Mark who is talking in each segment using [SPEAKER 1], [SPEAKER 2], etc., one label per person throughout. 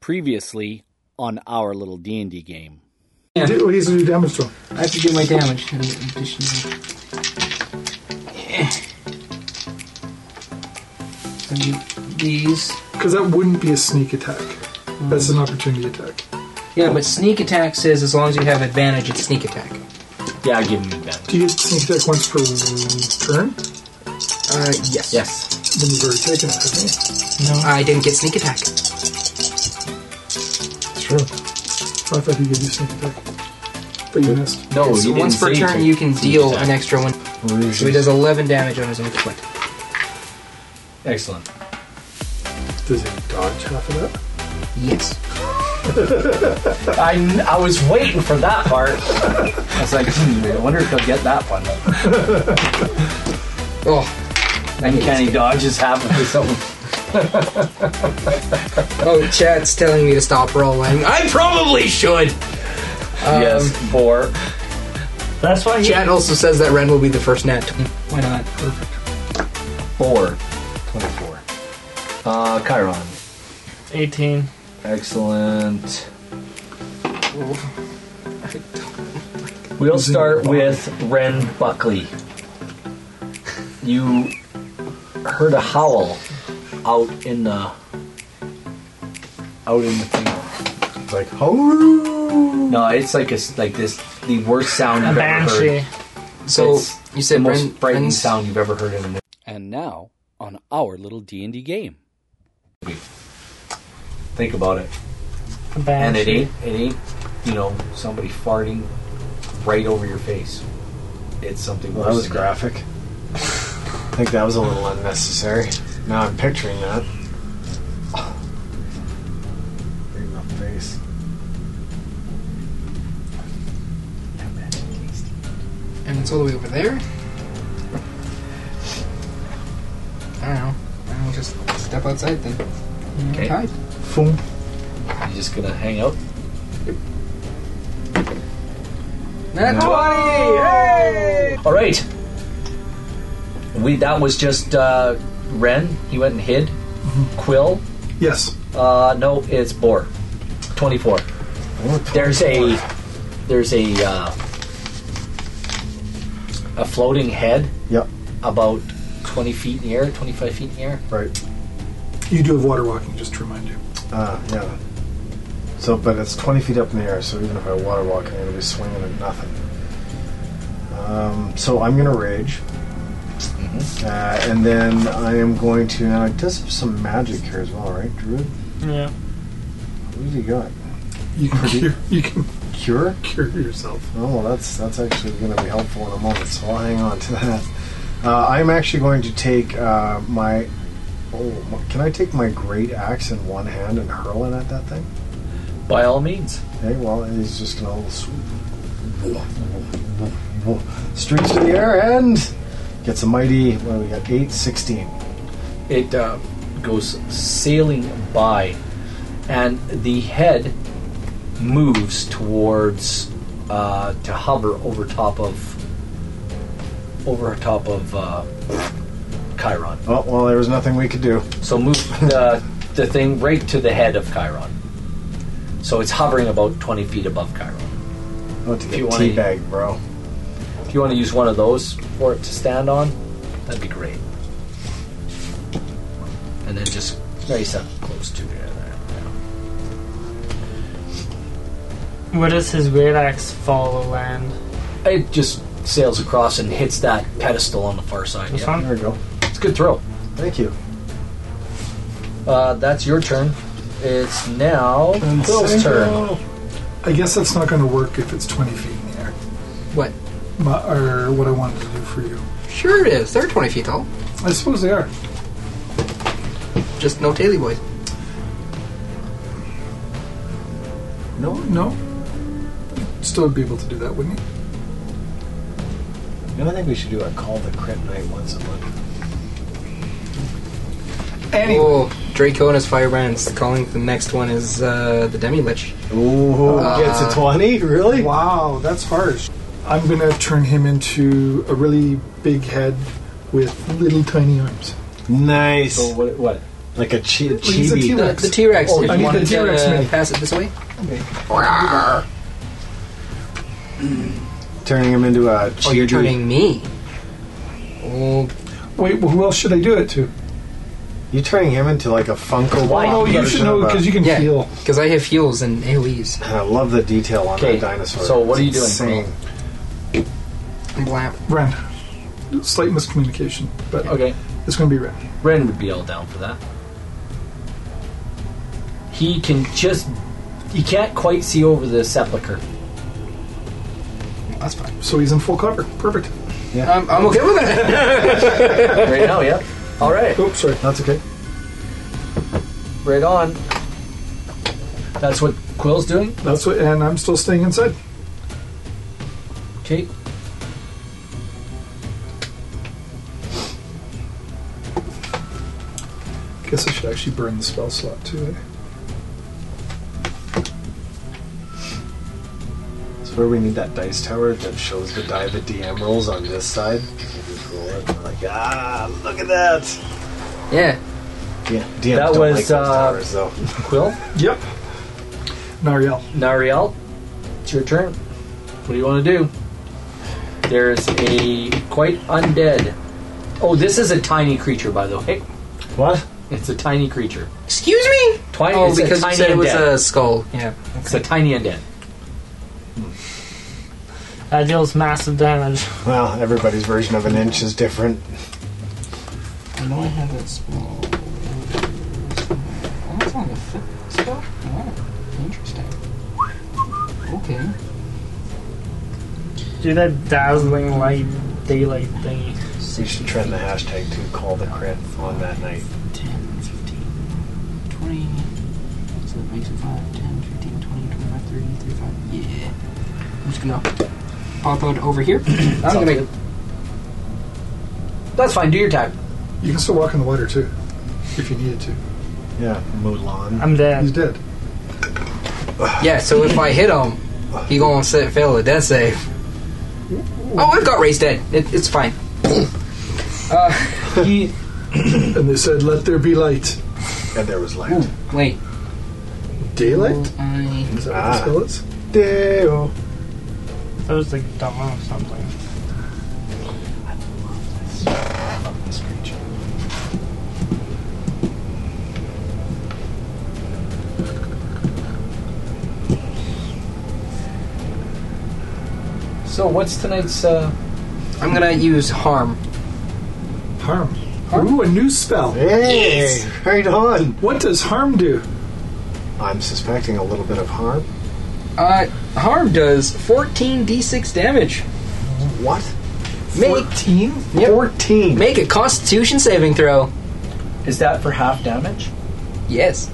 [SPEAKER 1] previously on our little D&D game.
[SPEAKER 2] Yeah.
[SPEAKER 3] Do, he's do damage to him.
[SPEAKER 2] I have to do my damage. and additional- Yeah. So you- these.
[SPEAKER 3] Because that wouldn't be a sneak attack. That's an opportunity attack.
[SPEAKER 2] Yeah, but sneak attack says as long as you have advantage, it's sneak attack.
[SPEAKER 4] Yeah, I'll give him advantage.
[SPEAKER 3] Do you get sneak attack once per turn?
[SPEAKER 2] Uh, yes.
[SPEAKER 4] Yes.
[SPEAKER 3] Then you've already taken it, haven't
[SPEAKER 2] I didn't get sneak attack.
[SPEAKER 3] you? Sure. I thought he gave you sneak attack. But you missed.
[SPEAKER 4] No,
[SPEAKER 2] so
[SPEAKER 4] you didn't
[SPEAKER 2] once per
[SPEAKER 4] say
[SPEAKER 2] turn,
[SPEAKER 4] to-
[SPEAKER 2] you can
[SPEAKER 4] to
[SPEAKER 2] deal
[SPEAKER 4] attack.
[SPEAKER 2] an extra one. So he does 11 damage on his own click.
[SPEAKER 4] Excellent.
[SPEAKER 3] Does he dodge half of that?
[SPEAKER 2] Yes.
[SPEAKER 4] I, kn- I was waiting for that part. I was like, hmm, I wonder if he'll get that one.
[SPEAKER 2] Oh,
[SPEAKER 4] Uncanny dodge is happening or something.
[SPEAKER 2] oh, Chad's telling me to stop rolling. I probably should.
[SPEAKER 4] yes, four.
[SPEAKER 5] That's why he.
[SPEAKER 2] Chad also says that Ren will be the first net. Why not?
[SPEAKER 4] Four. 24. Uh, Chiron.
[SPEAKER 5] 18.
[SPEAKER 4] Excellent. We'll start with Ren Buckley. You heard a howl out in the out in the thing.
[SPEAKER 6] It's like, hello!
[SPEAKER 4] No, it's like a s like this the worst sound I've ever
[SPEAKER 5] Banshee.
[SPEAKER 4] heard.
[SPEAKER 2] So
[SPEAKER 4] It's
[SPEAKER 2] you said
[SPEAKER 4] the most
[SPEAKER 2] Ren-
[SPEAKER 4] frightening
[SPEAKER 2] Ren's-
[SPEAKER 4] sound you've ever heard in a movie.
[SPEAKER 1] And now on our little D&D game.
[SPEAKER 4] Think about it.
[SPEAKER 5] The
[SPEAKER 4] And it
[SPEAKER 5] Banshee.
[SPEAKER 4] ain't it ain't you know somebody farting right over your face. It's something
[SPEAKER 6] Well,
[SPEAKER 4] worse.
[SPEAKER 6] that was
[SPEAKER 4] than
[SPEAKER 6] graphic. I think that was a little unnecessary. Now I'm picturing that. Right in my face.
[SPEAKER 2] And it's all the way over there? I don't know. I don't just step outside then.
[SPEAKER 4] Okay.
[SPEAKER 2] Hide.
[SPEAKER 3] Foom.
[SPEAKER 4] You just gonna hang out?
[SPEAKER 2] Nat
[SPEAKER 6] No.
[SPEAKER 2] 20! Hey!
[SPEAKER 4] All right. We that was just uh, Ren. He went and hid. Quill.
[SPEAKER 3] Yes.
[SPEAKER 4] Uh, no, it's Boar. Twenty-four.
[SPEAKER 6] Oh,
[SPEAKER 4] There's a there's a uh, a floating head
[SPEAKER 6] Yep,
[SPEAKER 4] about twenty feet in the air, twenty-five feet in the air.
[SPEAKER 6] right.
[SPEAKER 3] You do have water walking, just to remind you.
[SPEAKER 6] Uh, yeah. So, but it's 20 feet up in the air, so even if I water walk, I'm going to be swinging at nothing. Um, so I'm going to rage. Uh, and then I am going to. And it does have some magic here as well, right, Druid?
[SPEAKER 5] Yeah.
[SPEAKER 6] What do you got?
[SPEAKER 3] You can
[SPEAKER 6] Pretty-
[SPEAKER 3] cure, you can
[SPEAKER 6] Cure?
[SPEAKER 3] cure yourself.
[SPEAKER 6] Oh, well, that's that's actually going to be helpful in a moment, so I'll hang on to that. Uh, I'm actually going to take uh, my. Oh, m- can I take my great axe in one hand and hurl it at that thing?
[SPEAKER 4] By all means.
[SPEAKER 6] Okay, well, he's just going to little swoop. Streaks to the air and gets a mighty. What do we got? 8, 16.
[SPEAKER 4] it uh, goes sailing by, and the head moves towards uh, to hover over top of over top of uh, Chiron.
[SPEAKER 6] Oh, well, there was nothing we could do.
[SPEAKER 4] So move the the thing right to the head of Chiron. So it's hovering about twenty feet above Chiron.
[SPEAKER 6] Not to get
[SPEAKER 4] you wanna-
[SPEAKER 6] teabagged, bro.
[SPEAKER 4] If you want to use one of those for it to stand on, that'd be great. And then just nice up close to it. Yeah.
[SPEAKER 5] Where does his great axe fall to land?
[SPEAKER 4] It just sails across and hits that pedestal on the far side.
[SPEAKER 5] This
[SPEAKER 4] yeah.
[SPEAKER 5] one?
[SPEAKER 6] There we go.
[SPEAKER 4] It's a good throw.
[SPEAKER 6] Thank you.
[SPEAKER 4] Uh, that's your turn. It's now Phil's turn.
[SPEAKER 3] I guess that's not going to work if it's 20 feet in the air.
[SPEAKER 2] What?
[SPEAKER 3] My, or what I wanted to do for you.
[SPEAKER 2] Sure it is. They're 20 feet tall.
[SPEAKER 3] I suppose they are.
[SPEAKER 2] Just no taily boys.
[SPEAKER 3] No, no. Still be able to do that, wouldn't you?
[SPEAKER 6] You know, I think we should do a call the crit night once a month.
[SPEAKER 3] Anyway,
[SPEAKER 2] Oh, Draconis Firebrands calling the next one is uh, the Demi Lich.
[SPEAKER 6] Ooh,
[SPEAKER 4] Ah.
[SPEAKER 6] gets a 20? Really?
[SPEAKER 3] wow, that's harsh. I'm gonna turn him into a really big head with little tiny arms.
[SPEAKER 6] Nice.
[SPEAKER 4] So what? What?
[SPEAKER 6] Like a chi-
[SPEAKER 3] Well, he's a
[SPEAKER 6] chibi.
[SPEAKER 3] T-Rex.
[SPEAKER 2] The, the T-Rex.
[SPEAKER 3] Oh,
[SPEAKER 2] if
[SPEAKER 3] I
[SPEAKER 2] you
[SPEAKER 3] need
[SPEAKER 2] wanted
[SPEAKER 3] the T-Rex
[SPEAKER 2] to uh,
[SPEAKER 3] mini.
[SPEAKER 2] pass it this way.
[SPEAKER 3] Okay.
[SPEAKER 6] Turning him into a chibi.
[SPEAKER 2] Oh, you're turning me. Oh,
[SPEAKER 3] Wait, well, who else should I do it to?
[SPEAKER 6] You're turning him into like a Funko
[SPEAKER 4] Why?
[SPEAKER 6] Pop
[SPEAKER 3] Oh, you
[SPEAKER 6] version
[SPEAKER 3] should know
[SPEAKER 6] of a-
[SPEAKER 3] because you can
[SPEAKER 2] yeah.
[SPEAKER 3] feel.
[SPEAKER 2] Because I have heels and AoEs.
[SPEAKER 6] And I love the detail on
[SPEAKER 4] Okay,
[SPEAKER 6] that dinosaur.
[SPEAKER 4] so what
[SPEAKER 6] It's
[SPEAKER 4] are you doing,
[SPEAKER 6] insane.
[SPEAKER 4] Carl?
[SPEAKER 2] Blap.
[SPEAKER 3] Ren. Slight miscommunication, but
[SPEAKER 4] Okay.
[SPEAKER 3] it's going to be Ren.
[SPEAKER 4] Ren would be all down for that. He can just. He can't quite see over the sepulcher.
[SPEAKER 2] That's fine.
[SPEAKER 3] So he's in full cover. Perfect.
[SPEAKER 2] I'm, I'm okay with it.
[SPEAKER 4] Right now, yeah. All right.
[SPEAKER 3] Oops, sorry.
[SPEAKER 6] That's okay.
[SPEAKER 4] Right on. That's what Quill's doing.
[SPEAKER 3] That's what, and I'm still staying inside.
[SPEAKER 4] Okay.
[SPEAKER 3] Guess I should actually burn the spell slot too. eh?
[SPEAKER 6] That's where we need that dice tower that shows the die the DM rolls on this side. You just roll it and we're like, ah, look at that.
[SPEAKER 2] yeah.
[SPEAKER 6] Yeah, DMs
[SPEAKER 4] That
[SPEAKER 6] don't
[SPEAKER 4] was,
[SPEAKER 6] like those
[SPEAKER 4] uh,
[SPEAKER 6] towers though.
[SPEAKER 4] Quill,
[SPEAKER 3] Yep. Nariel.
[SPEAKER 4] Nariel, it's your turn. What do you want to do? There's a quite undead. Oh, this is a tiny creature, by the way.
[SPEAKER 6] What?
[SPEAKER 4] It's a tiny creature.
[SPEAKER 2] Excuse me.
[SPEAKER 4] Twi-
[SPEAKER 2] Oh,
[SPEAKER 4] it's
[SPEAKER 2] because
[SPEAKER 4] a
[SPEAKER 2] you
[SPEAKER 4] tiny
[SPEAKER 2] said it was
[SPEAKER 4] undead.
[SPEAKER 2] a skull. Yeah.
[SPEAKER 4] It's a tiny undead.
[SPEAKER 5] That deals massive damage.
[SPEAKER 6] Well, everybody's version of an inch is different.
[SPEAKER 2] I know I have that spell. Oh, that's only a fifth spell? Wow. Interesting. Okay.
[SPEAKER 5] Do that dazzling light, daylight thingy.
[SPEAKER 6] We should trend the hashtag to call the crit on that night.
[SPEAKER 2] 10, 15, 20. So that makes it 5, 10, 15, 20, 25, 30, 35. Yeah. I'm just gonna pop out over here. I'm gonna.
[SPEAKER 4] That's fine. Do your attack.
[SPEAKER 3] You can still walk in the water too, if you needed to.
[SPEAKER 6] Yeah, Mulan.
[SPEAKER 5] I'm
[SPEAKER 3] He's
[SPEAKER 5] dead.
[SPEAKER 3] dead.
[SPEAKER 2] Yeah, so if I hit him, he gonna sit, fail the death save. Oh, I've got raised dead. It, it's fine.
[SPEAKER 4] He,
[SPEAKER 3] And they said, "Let there be light."
[SPEAKER 6] and there was light.
[SPEAKER 2] Wait.
[SPEAKER 3] Daylight.
[SPEAKER 2] I.
[SPEAKER 3] Is that what
[SPEAKER 6] Ah.
[SPEAKER 3] the spell is?
[SPEAKER 6] Deo.
[SPEAKER 5] That was like dawn or something.
[SPEAKER 6] This creature.
[SPEAKER 4] so what's tonight's? Uh,
[SPEAKER 2] I'm gonna use harm.
[SPEAKER 3] Harm. Ooh, a new spell.
[SPEAKER 6] Hey, right on.
[SPEAKER 3] What does harm do?
[SPEAKER 6] I'm suspecting a little bit of harm.
[SPEAKER 2] Uh, harm does 14d6 damage.
[SPEAKER 6] What?
[SPEAKER 2] Make
[SPEAKER 3] 14?
[SPEAKER 2] Yep.
[SPEAKER 6] 14.
[SPEAKER 2] make a Constitution saving throw.
[SPEAKER 4] is that for half damage?
[SPEAKER 2] Yes.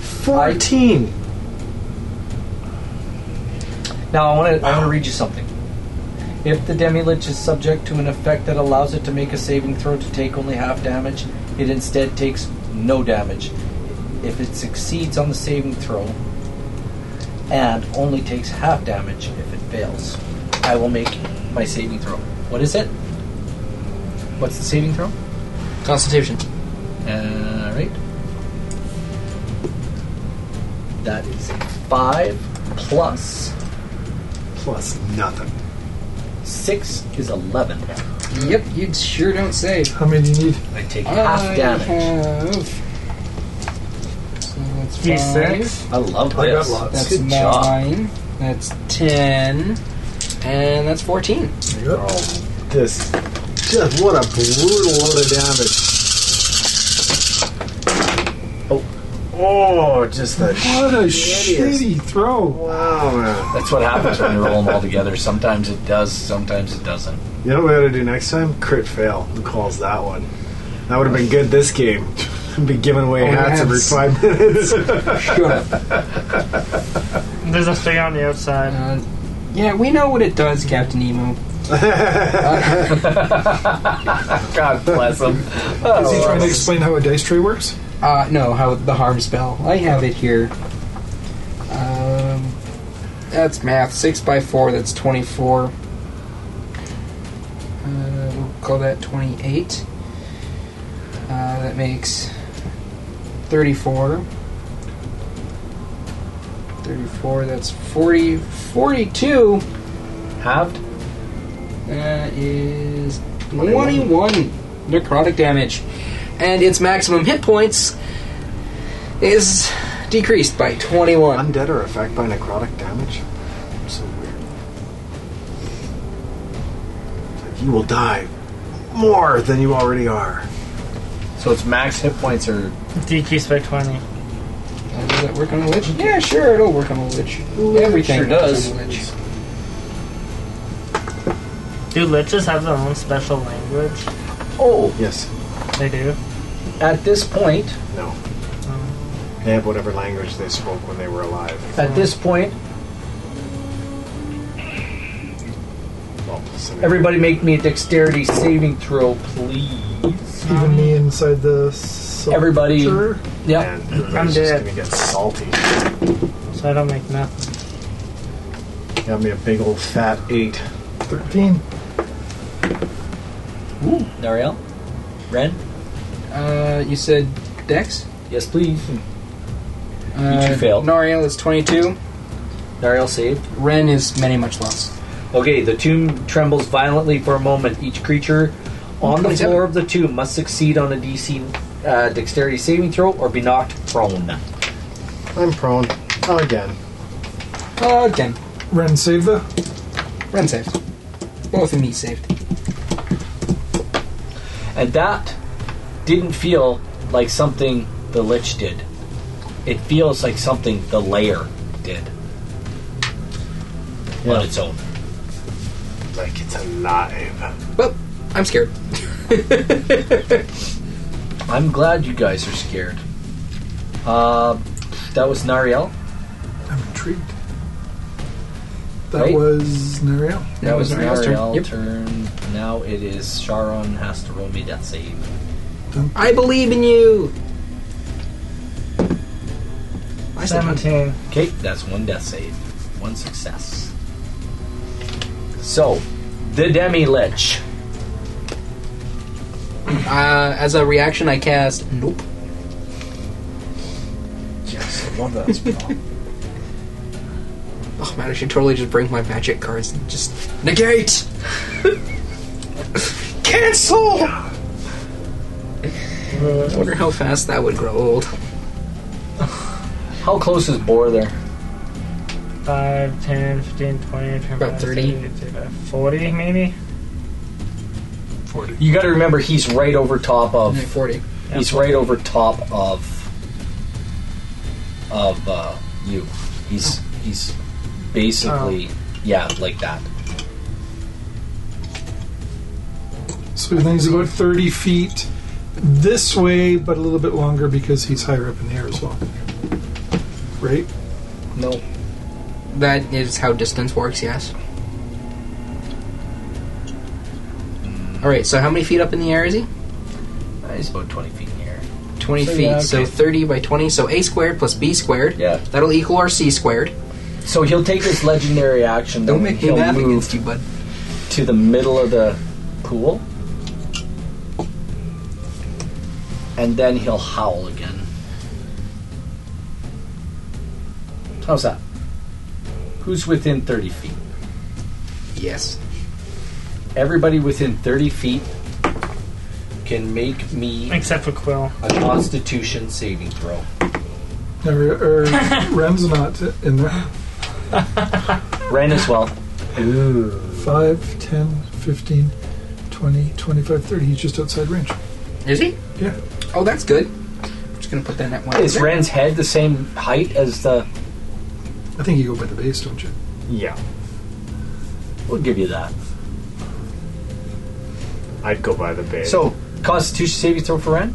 [SPEAKER 6] 14.
[SPEAKER 4] Now I want to. I want to read you something. If the demi lich is subject to an effect that allows it to make a saving throw to take only half damage, it instead takes no damage. If it succeeds on the saving throw, and only takes half damage if it fails, I will make my saving throw. What is it? What's the saving throw?
[SPEAKER 2] Constitution.
[SPEAKER 4] All right. That is five plus
[SPEAKER 6] Plus nothing.
[SPEAKER 4] six is eleven.
[SPEAKER 2] Yep, you sure don't save.
[SPEAKER 3] How many do you need?
[SPEAKER 4] I take half damage.
[SPEAKER 2] So that's
[SPEAKER 5] D6.
[SPEAKER 4] I love
[SPEAKER 3] I got
[SPEAKER 4] this.
[SPEAKER 3] lots.
[SPEAKER 2] That's
[SPEAKER 4] Good job.
[SPEAKER 2] nine. That's ten. And that's fourteen.
[SPEAKER 6] Oh, this. Just what a brutal load of damage. Oh. Oh, just the.
[SPEAKER 3] What a
[SPEAKER 6] shittiest-
[SPEAKER 3] shitty throw.
[SPEAKER 6] Wow, man.
[SPEAKER 4] That's what happens when you roll them all together. Sometimes it does, sometimes it doesn't.
[SPEAKER 6] You know what we gotta do next time? Crit fail. Who calls that one? That would have been good this game. be giving
[SPEAKER 3] Oh,
[SPEAKER 6] away hats every
[SPEAKER 2] hats.
[SPEAKER 6] five minutes.
[SPEAKER 5] There's a thing on the outside.
[SPEAKER 2] Uh, yeah, we know what it does, Captain Emo.
[SPEAKER 4] God bless them.
[SPEAKER 3] Is he trying to explain how a dice tray works?
[SPEAKER 2] Uh, no, how the harm spell. I have it here. Um, that's math. Six by four. That's twenty-four. Uh, we'll call that twenty-eight. Uh, that makes 34. 34, that's 40. 42!
[SPEAKER 4] Halved?
[SPEAKER 2] That is 21 necrotic damage. And its maximum hit points is decreased by 21.
[SPEAKER 6] Undead are affected by necrotic damage. So weird. It's like you will die more than you already are.
[SPEAKER 4] So its max hit points are.
[SPEAKER 5] Decreased by 20.
[SPEAKER 2] Uh, does that work on a lich? Yeah, sure, it'll work on a lich. Everything
[SPEAKER 4] sure does.
[SPEAKER 2] on a lich.
[SPEAKER 5] Do liches have their own special language?
[SPEAKER 4] Oh,
[SPEAKER 6] Yes.
[SPEAKER 5] They do.
[SPEAKER 4] at this point,
[SPEAKER 6] No. Um, They have whatever language they spoke when they were alive.
[SPEAKER 4] at this point,
[SPEAKER 6] Well, plus any-
[SPEAKER 4] everybody make me a dexterity saving throw, please.
[SPEAKER 3] Even me inside the. Salt
[SPEAKER 4] Everybody-
[SPEAKER 3] chamber?
[SPEAKER 4] Yep.
[SPEAKER 6] And everybody's just
[SPEAKER 5] dead.
[SPEAKER 6] gonna get salty.
[SPEAKER 5] So I don't make nothing.
[SPEAKER 6] Got me a big old fat eight.
[SPEAKER 3] 13.
[SPEAKER 4] Ooh, Nariel? Ren?
[SPEAKER 2] Uh, you said dex?
[SPEAKER 4] Yes, please.
[SPEAKER 2] Uh,
[SPEAKER 4] two failed.
[SPEAKER 2] Nariel is 22.
[SPEAKER 4] Nariel saved.
[SPEAKER 2] Ren is many much less.
[SPEAKER 4] Okay, the tomb trembles violently for a moment. Each creature on the
[SPEAKER 2] 27.
[SPEAKER 4] floor of the tomb must succeed on a DC uh, dexterity saving throw or be knocked prone.
[SPEAKER 6] I'm prone. Oh, again.
[SPEAKER 2] Uh, Again,
[SPEAKER 3] Ren save the.
[SPEAKER 2] Ren saved. Both of me saved.
[SPEAKER 4] And that didn't feel like something the Lich did. It feels like something the Layer did
[SPEAKER 6] Yeah.
[SPEAKER 4] on its own.
[SPEAKER 6] Like it's alive.
[SPEAKER 2] Well, I'm scared.
[SPEAKER 4] I'm glad you guys are scared. Uh, that was Nariel.
[SPEAKER 3] I'm intrigued. That
[SPEAKER 4] Right?
[SPEAKER 3] was Nariel.
[SPEAKER 2] That was Nariel's turn. Yep.
[SPEAKER 4] turn. Now it is Sharon has to roll me that save.
[SPEAKER 2] I believe in you! Why is that-
[SPEAKER 5] 17.
[SPEAKER 4] Okay, that's one death save, one success. So, the Demi Lich.
[SPEAKER 2] Uh, as a reaction, I cast Nope.
[SPEAKER 4] Yes, I love that spell.
[SPEAKER 2] Oh man, I should totally just bring my magic cards and just negate! Cancel! I wonder how fast that would grow old.
[SPEAKER 4] How close is Boar there?
[SPEAKER 5] 5, 10, 15, 20, 25,
[SPEAKER 2] About 30.
[SPEAKER 5] 35, 40 maybe?
[SPEAKER 4] You got to remember, he's right over top of.
[SPEAKER 2] 40.
[SPEAKER 4] He's right over top of. Of uh, you. He's he's basically yeah like that.
[SPEAKER 3] So the thing's about 30 feet this way, but a little bit longer because he's higher up in the air as well. Right?
[SPEAKER 4] No,
[SPEAKER 2] That is how distance works, yes. Alright, so how many feet up in the air is he?
[SPEAKER 4] he's about twenty feet in the air.
[SPEAKER 2] 20
[SPEAKER 4] So,
[SPEAKER 2] feet.
[SPEAKER 4] yeah,
[SPEAKER 2] So
[SPEAKER 4] okay.
[SPEAKER 2] 30 by 20. So A squared plus B squared.
[SPEAKER 4] Yeah.
[SPEAKER 2] That'll equal our C squared.
[SPEAKER 4] So he'll take his legendary action.
[SPEAKER 2] Don't
[SPEAKER 4] Then
[SPEAKER 2] make me
[SPEAKER 4] he'll
[SPEAKER 2] laugh
[SPEAKER 4] move
[SPEAKER 2] against you, bud.
[SPEAKER 4] to the middle of the pool. And then he'll howl again. How's that? Who's within 30 feet?
[SPEAKER 2] Yes.
[SPEAKER 4] Everybody within 30 feet can make me
[SPEAKER 5] Except for Quill.
[SPEAKER 4] a constitution saving throw.
[SPEAKER 3] Nariel, or Ren's not in there.
[SPEAKER 4] Ren as well.
[SPEAKER 6] Ooh.
[SPEAKER 3] 5, 10, 15, 20, 25, 30. He's just outside range.
[SPEAKER 2] Is he?
[SPEAKER 3] Yeah.
[SPEAKER 2] Oh, that's good. I'm just gonna put that net one.
[SPEAKER 4] Is
[SPEAKER 2] there.
[SPEAKER 4] Ren's head the same height as the.
[SPEAKER 3] I think you go by the base, don't you?
[SPEAKER 6] Yeah.
[SPEAKER 4] We'll give you that.
[SPEAKER 6] I'd go by the base.
[SPEAKER 4] So, constitution saving throw for Ren?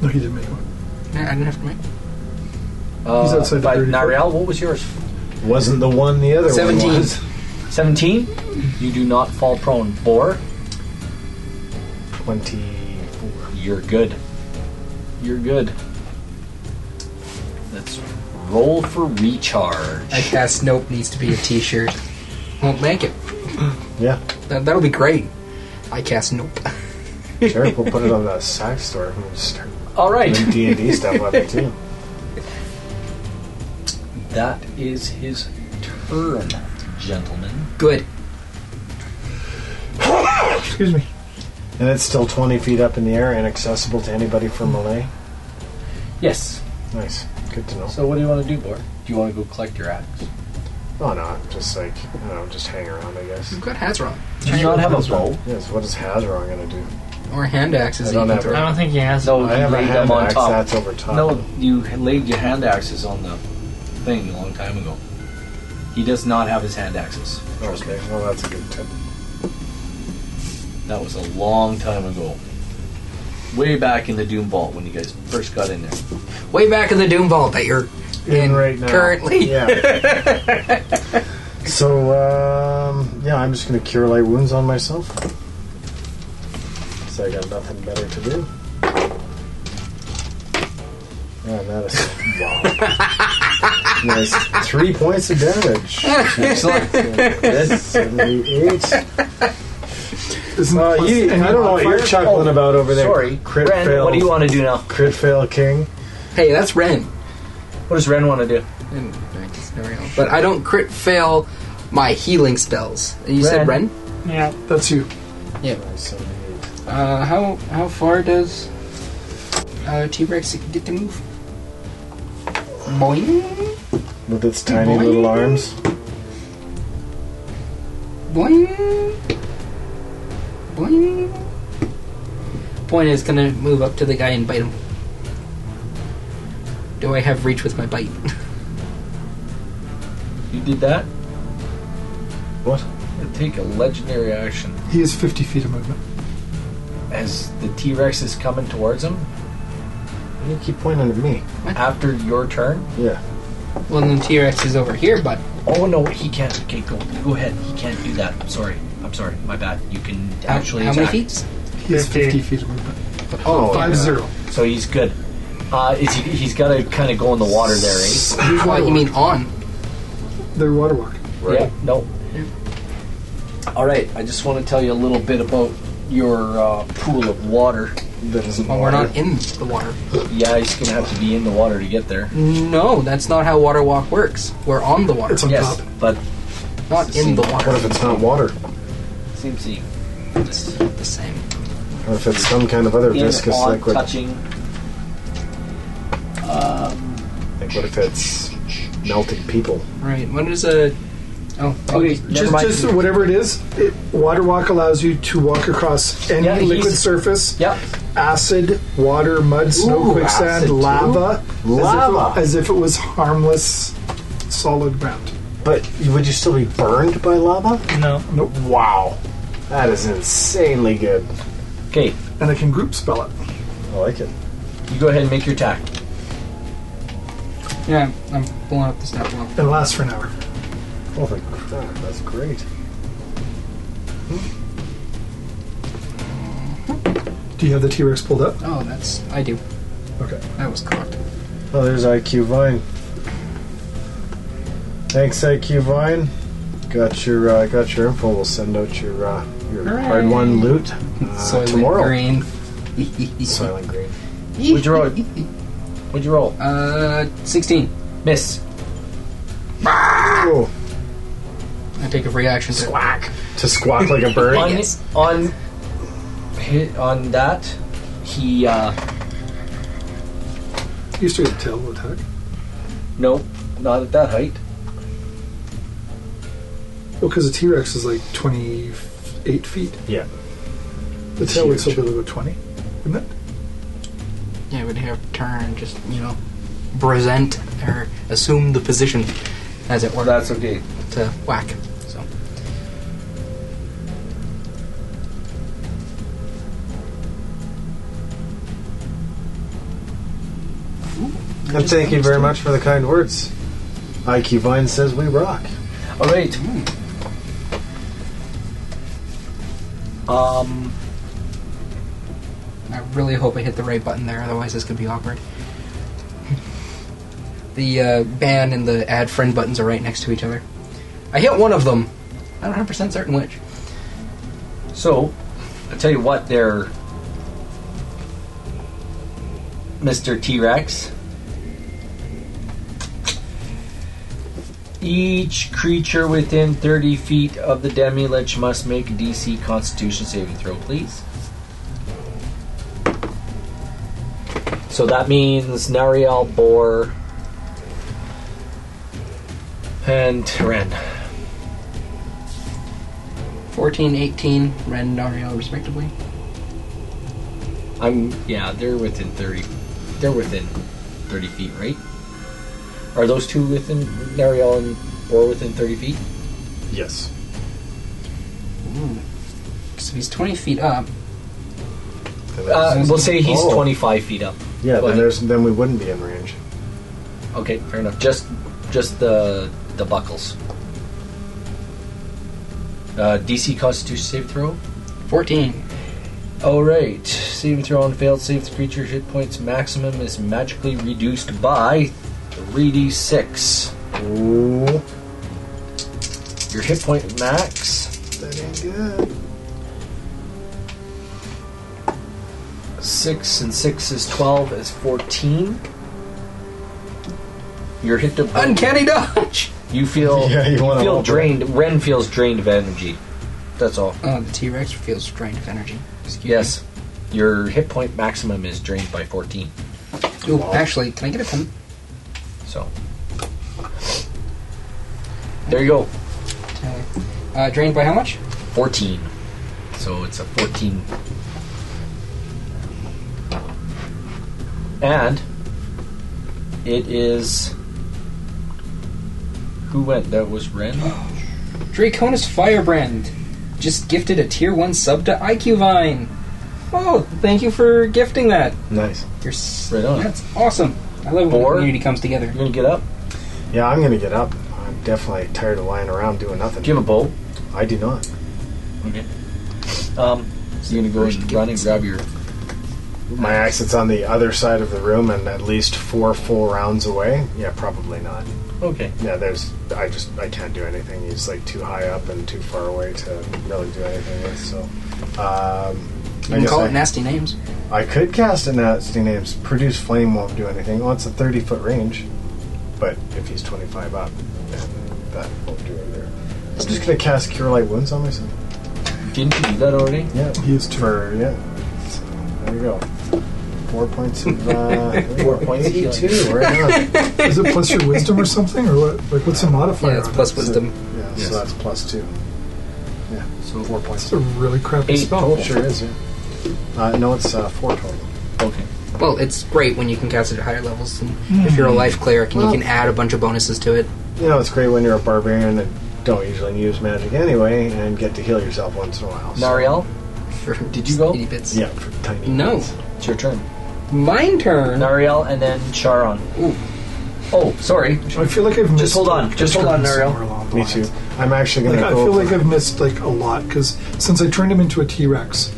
[SPEAKER 3] No, he didn't make one.
[SPEAKER 2] Nah, I didn't have to make.
[SPEAKER 4] Uh,
[SPEAKER 3] He's outside the
[SPEAKER 4] by
[SPEAKER 3] 30 foot.
[SPEAKER 4] Nariel, what was yours?
[SPEAKER 6] wasn't the one the other one
[SPEAKER 2] 17.
[SPEAKER 6] was.
[SPEAKER 4] 17. You do not fall prone. Boar,
[SPEAKER 6] 24.
[SPEAKER 4] you're good. You're good. Let's roll for recharge.
[SPEAKER 2] I guess nope needs to be a T-shirt. Won't make it.
[SPEAKER 6] Yeah.
[SPEAKER 2] That, that'll be great. I cast nope.
[SPEAKER 6] Derek will put it on the sack store and we'll start
[SPEAKER 4] All right.
[SPEAKER 6] And D and D stuff with it too.
[SPEAKER 4] That is his turn, gentlemen.
[SPEAKER 2] Good.
[SPEAKER 3] Excuse me.
[SPEAKER 6] And it's still 20 feet up in the air, inaccessible to anybody from Malay.
[SPEAKER 4] Yes.
[SPEAKER 6] Nice. Good to know.
[SPEAKER 4] So what do you want to do, Bor? Do you want to go collect your axe?
[SPEAKER 6] Oh no, I'm just like, I don't know, just hang around, I guess.
[SPEAKER 2] You've got hats wrong.
[SPEAKER 4] Do you not have a bow?
[SPEAKER 6] Yes, what is Hazron gonna do?
[SPEAKER 2] Or hand axes. that
[SPEAKER 6] I
[SPEAKER 2] you
[SPEAKER 6] don't
[SPEAKER 2] can
[SPEAKER 6] have
[SPEAKER 2] throw.
[SPEAKER 5] I don't think he has.
[SPEAKER 4] No,
[SPEAKER 6] I
[SPEAKER 4] you
[SPEAKER 6] have a
[SPEAKER 4] laid
[SPEAKER 6] hand
[SPEAKER 4] them on
[SPEAKER 6] axe,
[SPEAKER 4] top.
[SPEAKER 6] that's over top.
[SPEAKER 4] No, you laid your hand axes on the thing a long time ago. He does not have his hand axes. Trust
[SPEAKER 6] Okay,
[SPEAKER 4] me.
[SPEAKER 6] well that's a good tip.
[SPEAKER 4] That was a long time ago. Way back in the Doom Vault when you guys first got in there.
[SPEAKER 2] Way back in the Doom Vault that you're in,
[SPEAKER 6] In right now.
[SPEAKER 2] currently.
[SPEAKER 6] Yeah. so, um, yeah, I'm just gonna cure light wounds on myself. So I got nothing better to do. Yeah, and that is wow. nice. Three points of damage.
[SPEAKER 4] Excellent.
[SPEAKER 6] Seventy-eight.
[SPEAKER 3] Isn't
[SPEAKER 6] Uh,
[SPEAKER 3] plus
[SPEAKER 6] you,
[SPEAKER 3] any
[SPEAKER 6] I don't know what you're
[SPEAKER 3] modifier?
[SPEAKER 6] chuckling about over there.
[SPEAKER 4] Sorry,
[SPEAKER 6] crit
[SPEAKER 4] Ren.
[SPEAKER 6] fail.
[SPEAKER 4] What do you want to do now?
[SPEAKER 6] Crit fail king.
[SPEAKER 2] Hey, that's Ren.
[SPEAKER 4] What does Ren want to do?
[SPEAKER 2] And I guess no real- But I don't crit fail my healing spells. You said
[SPEAKER 4] Ren.
[SPEAKER 2] Ren?
[SPEAKER 5] Yeah.
[SPEAKER 3] That's you.
[SPEAKER 6] Nice, 78.
[SPEAKER 2] Uh, how how far does uh, T Rex get to move? Boing,
[SPEAKER 6] With its tiny little arms.
[SPEAKER 2] boing, boing. Point is, gonna move up to the guy and bite him. Do I have reach with my bite?
[SPEAKER 4] You did that?
[SPEAKER 6] What?
[SPEAKER 4] It'd take a legendary action.
[SPEAKER 3] He has 50 feet of movement.
[SPEAKER 4] As the T Rex is coming towards him,
[SPEAKER 6] Why do You keep pointing at me.
[SPEAKER 4] after your turn.
[SPEAKER 6] Yeah.
[SPEAKER 2] well, then T Rex is over here, but
[SPEAKER 4] Oh no, he can't. Okay, go go ahead. He can't do that. I'm sorry. I'm sorry. My bad. You can actually
[SPEAKER 2] how
[SPEAKER 4] attack.
[SPEAKER 2] many feet?
[SPEAKER 3] He has 50
[SPEAKER 5] 50.
[SPEAKER 3] feet of movement.
[SPEAKER 6] Oh,
[SPEAKER 3] Five zero.
[SPEAKER 4] So he's good. Uh, is he, he's got to kind of go in the water there, eh?
[SPEAKER 2] What you mean on?
[SPEAKER 3] They're water walk.
[SPEAKER 4] Yeah. No. All right. I just want to tell you a little bit about your uh, pool of water.
[SPEAKER 6] That isn't
[SPEAKER 2] Well, we're
[SPEAKER 6] water.
[SPEAKER 2] not in the water.
[SPEAKER 4] Yeah, he's gonna have to be in the water to get
[SPEAKER 2] Mm,
[SPEAKER 4] there.
[SPEAKER 2] No, that's not how water walk works. We're on the water,
[SPEAKER 3] It's on
[SPEAKER 4] Yes,
[SPEAKER 3] top.
[SPEAKER 4] but
[SPEAKER 2] not in the water.
[SPEAKER 6] What if it's not water?
[SPEAKER 4] seems to
[SPEAKER 2] It's not the same.
[SPEAKER 6] What if it's some kind of other
[SPEAKER 4] in
[SPEAKER 6] viscous
[SPEAKER 4] on
[SPEAKER 6] liquid?
[SPEAKER 4] touching.
[SPEAKER 6] Like what if it's melted people?
[SPEAKER 2] Right. When is a? Oh,
[SPEAKER 4] Okay, never
[SPEAKER 3] Just,
[SPEAKER 4] mind.
[SPEAKER 3] just whatever it is, it, water walk allows you to walk across any
[SPEAKER 4] Yeah, he's-
[SPEAKER 3] liquid surface.
[SPEAKER 4] yeah.
[SPEAKER 3] Acid, water, mud, snow,
[SPEAKER 6] Ooh,
[SPEAKER 3] quicksand,
[SPEAKER 6] acid too?
[SPEAKER 3] lava. as if it-
[SPEAKER 6] Lava.
[SPEAKER 3] As if, it was harmless, solid ground.
[SPEAKER 6] But would you still be burned by lava?
[SPEAKER 5] No.
[SPEAKER 3] Nope.
[SPEAKER 6] Wow. That is insanely good.
[SPEAKER 4] Okay,
[SPEAKER 3] And I can group spell it.
[SPEAKER 6] I like it.
[SPEAKER 4] you go ahead and make your attack.
[SPEAKER 2] Yeah, I'm pulling up the stat block.
[SPEAKER 3] It lasts for an hour.
[SPEAKER 6] Holy crap, that's great.
[SPEAKER 3] Do you have the T Rex pulled up?
[SPEAKER 2] Oh, that's I do.
[SPEAKER 3] Okay.
[SPEAKER 2] That was cocked.
[SPEAKER 6] Oh, there's IQ Vine. Thanks, IQ Vine. Got your uh, got your info. We'll send out your uh, your
[SPEAKER 2] Hooray.
[SPEAKER 6] hard won loot uh,
[SPEAKER 2] Soylent
[SPEAKER 6] tomorrow.
[SPEAKER 2] Green. e,
[SPEAKER 6] Soylent Green.
[SPEAKER 4] Would you roll? Would you roll?
[SPEAKER 2] Uh, sixteen.
[SPEAKER 4] Miss.
[SPEAKER 6] Oh,
[SPEAKER 2] I take a free action. to-
[SPEAKER 6] squawk to squawk like a bird.
[SPEAKER 4] on
[SPEAKER 2] Yes.
[SPEAKER 4] on hi- on that he uh
[SPEAKER 3] You still get tail attack.
[SPEAKER 4] no not at that height
[SPEAKER 3] Well, because the T Rex is like 28 feet.
[SPEAKER 6] Yeah.
[SPEAKER 3] The tail would
[SPEAKER 6] Huge.
[SPEAKER 3] still be about 20, wouldn't it?
[SPEAKER 2] Yeah, would have turn. Just you know, present or assume the position, as it were,
[SPEAKER 4] Oh, that's okay
[SPEAKER 2] to whack. So
[SPEAKER 6] And thank you very much for the kind words. IQ Vine says we rock.
[SPEAKER 4] all right um
[SPEAKER 2] I really hope I hit the right button there. Otherwise, this could be awkward. The uh, ban and the add friend buttons are right next to each other. I hit one of them. I'm 100% certain which.
[SPEAKER 4] so i tell you what their Mr. T Rex. Each creature within 30 feet of the Demi Lich must make a DC Constitution saving throw, please. So that means Nariel, Boar, and Ren.
[SPEAKER 2] 14, 18, Ren and Ariel, respectively.
[SPEAKER 4] I'm yeah, they're within thirty. They're within thirty feet, right? Are those two within Nariel and Bor within thirty feet?
[SPEAKER 6] Yes.
[SPEAKER 2] So he's 20 feet up.
[SPEAKER 4] Uh, we'll say he's
[SPEAKER 6] Oh.
[SPEAKER 4] twenty-five feet up.
[SPEAKER 6] Yeah,
[SPEAKER 4] But-
[SPEAKER 6] then there's then we wouldn't be in range.
[SPEAKER 4] Okay, fair enough. Just just the the buckles. Uh, DC Constitution save throw.
[SPEAKER 2] 14.
[SPEAKER 4] All right, saving throw on failed save the creature hit points maximum is magically reduced by three d six.
[SPEAKER 6] Ooh,
[SPEAKER 4] Your hit point max
[SPEAKER 6] that ain't good.
[SPEAKER 4] Six and six is twelve is fourteen. You're hit to
[SPEAKER 2] Uncanny dodge!
[SPEAKER 4] You feel
[SPEAKER 6] Yeah, you
[SPEAKER 4] you,
[SPEAKER 6] wanna
[SPEAKER 4] feel
[SPEAKER 6] hold it.
[SPEAKER 4] drained. Ren feels drained of energy. That's all.
[SPEAKER 2] Oh, the T Rex feels drained of energy. Excuse me.
[SPEAKER 4] Yes, your hit point maximum is drained by fourteen.
[SPEAKER 2] Ooh, actually, can I get a pen?
[SPEAKER 4] So there you go,
[SPEAKER 2] Uh, drained by how much?
[SPEAKER 4] fourteen. So it's a fourteen. And it is who went? That was Ren.
[SPEAKER 2] Draconis Firebrand. Just gifted a tier 1 sub to IQ Vine. Oh, thank you for gifting that.
[SPEAKER 6] Nice.
[SPEAKER 2] You're s-
[SPEAKER 4] Right on.
[SPEAKER 2] That's awesome. I love when the
[SPEAKER 4] Four.
[SPEAKER 2] community comes together.
[SPEAKER 4] You're gonna get up.
[SPEAKER 6] Yeah, I'm gonna get up. I'm definitely tired of lying around doing nothing.
[SPEAKER 4] Do you have a bow?
[SPEAKER 6] I do not.
[SPEAKER 4] Um, so you're gonna go and run and grab your.
[SPEAKER 6] My accent's on the other side of the room and at least four full rounds away. Yeah, probably not.
[SPEAKER 4] Okay.
[SPEAKER 6] Yeah, there's. I just. I can't do anything. He's like too high up and too far away to really do anything with. So, um,
[SPEAKER 2] You
[SPEAKER 6] I
[SPEAKER 2] can
[SPEAKER 6] guess
[SPEAKER 2] call
[SPEAKER 6] I,
[SPEAKER 2] it nasty names.
[SPEAKER 6] I could cast a nasty names. Produce flame won't do anything. Well, it's a thirty foot range, but if he's twenty five up, then that won't do it either. I'm just gonna cast cure light wounds on myself.
[SPEAKER 4] Didn't you do that already?
[SPEAKER 6] Yeah,
[SPEAKER 3] He is too.
[SPEAKER 6] for yeah. So, there you go. Four points of uh, four
[SPEAKER 4] points of healing.
[SPEAKER 6] two. Right on.
[SPEAKER 3] Is it plus your wisdom or something, or what? Like, what's the modifier?
[SPEAKER 2] Yeah, it's
[SPEAKER 3] on
[SPEAKER 2] plus
[SPEAKER 3] it?
[SPEAKER 2] wisdom.
[SPEAKER 6] Yeah,
[SPEAKER 4] Yes.
[SPEAKER 6] so that's plus two. Yeah, so four points.
[SPEAKER 3] It's a really crappy
[SPEAKER 4] Eight
[SPEAKER 3] spell.
[SPEAKER 4] total.
[SPEAKER 6] Sure is. Yeah. Uh, no, it's uh, four total.
[SPEAKER 4] Okay.
[SPEAKER 2] Well, it's great when you can cast it at higher levels. And If you're a life cleric and
[SPEAKER 6] Well-
[SPEAKER 2] you can add a bunch of bonuses to it.
[SPEAKER 6] You know, it's great when you're a barbarian and don't usually use magic anyway, and get to heal yourself once in a while. so-
[SPEAKER 4] Nariel,
[SPEAKER 2] For
[SPEAKER 4] Did you go?
[SPEAKER 2] itty bits.
[SPEAKER 6] Yeah, for tiny.
[SPEAKER 2] No.
[SPEAKER 6] bits.
[SPEAKER 4] it's your turn.
[SPEAKER 2] Mine turn.
[SPEAKER 4] Nariel, and then Charon.
[SPEAKER 2] Ooh.
[SPEAKER 4] Oh, sorry.
[SPEAKER 3] I feel like I've missed
[SPEAKER 4] hold on.
[SPEAKER 3] like,
[SPEAKER 4] Just hold on, Nuriel.
[SPEAKER 3] somewhere along the
[SPEAKER 6] Me
[SPEAKER 3] lines.
[SPEAKER 6] too. I'm actually gonna
[SPEAKER 3] Like I
[SPEAKER 6] go.
[SPEAKER 3] feel
[SPEAKER 6] for-
[SPEAKER 3] like I've missed like a lot because since I turned him into a T Rex,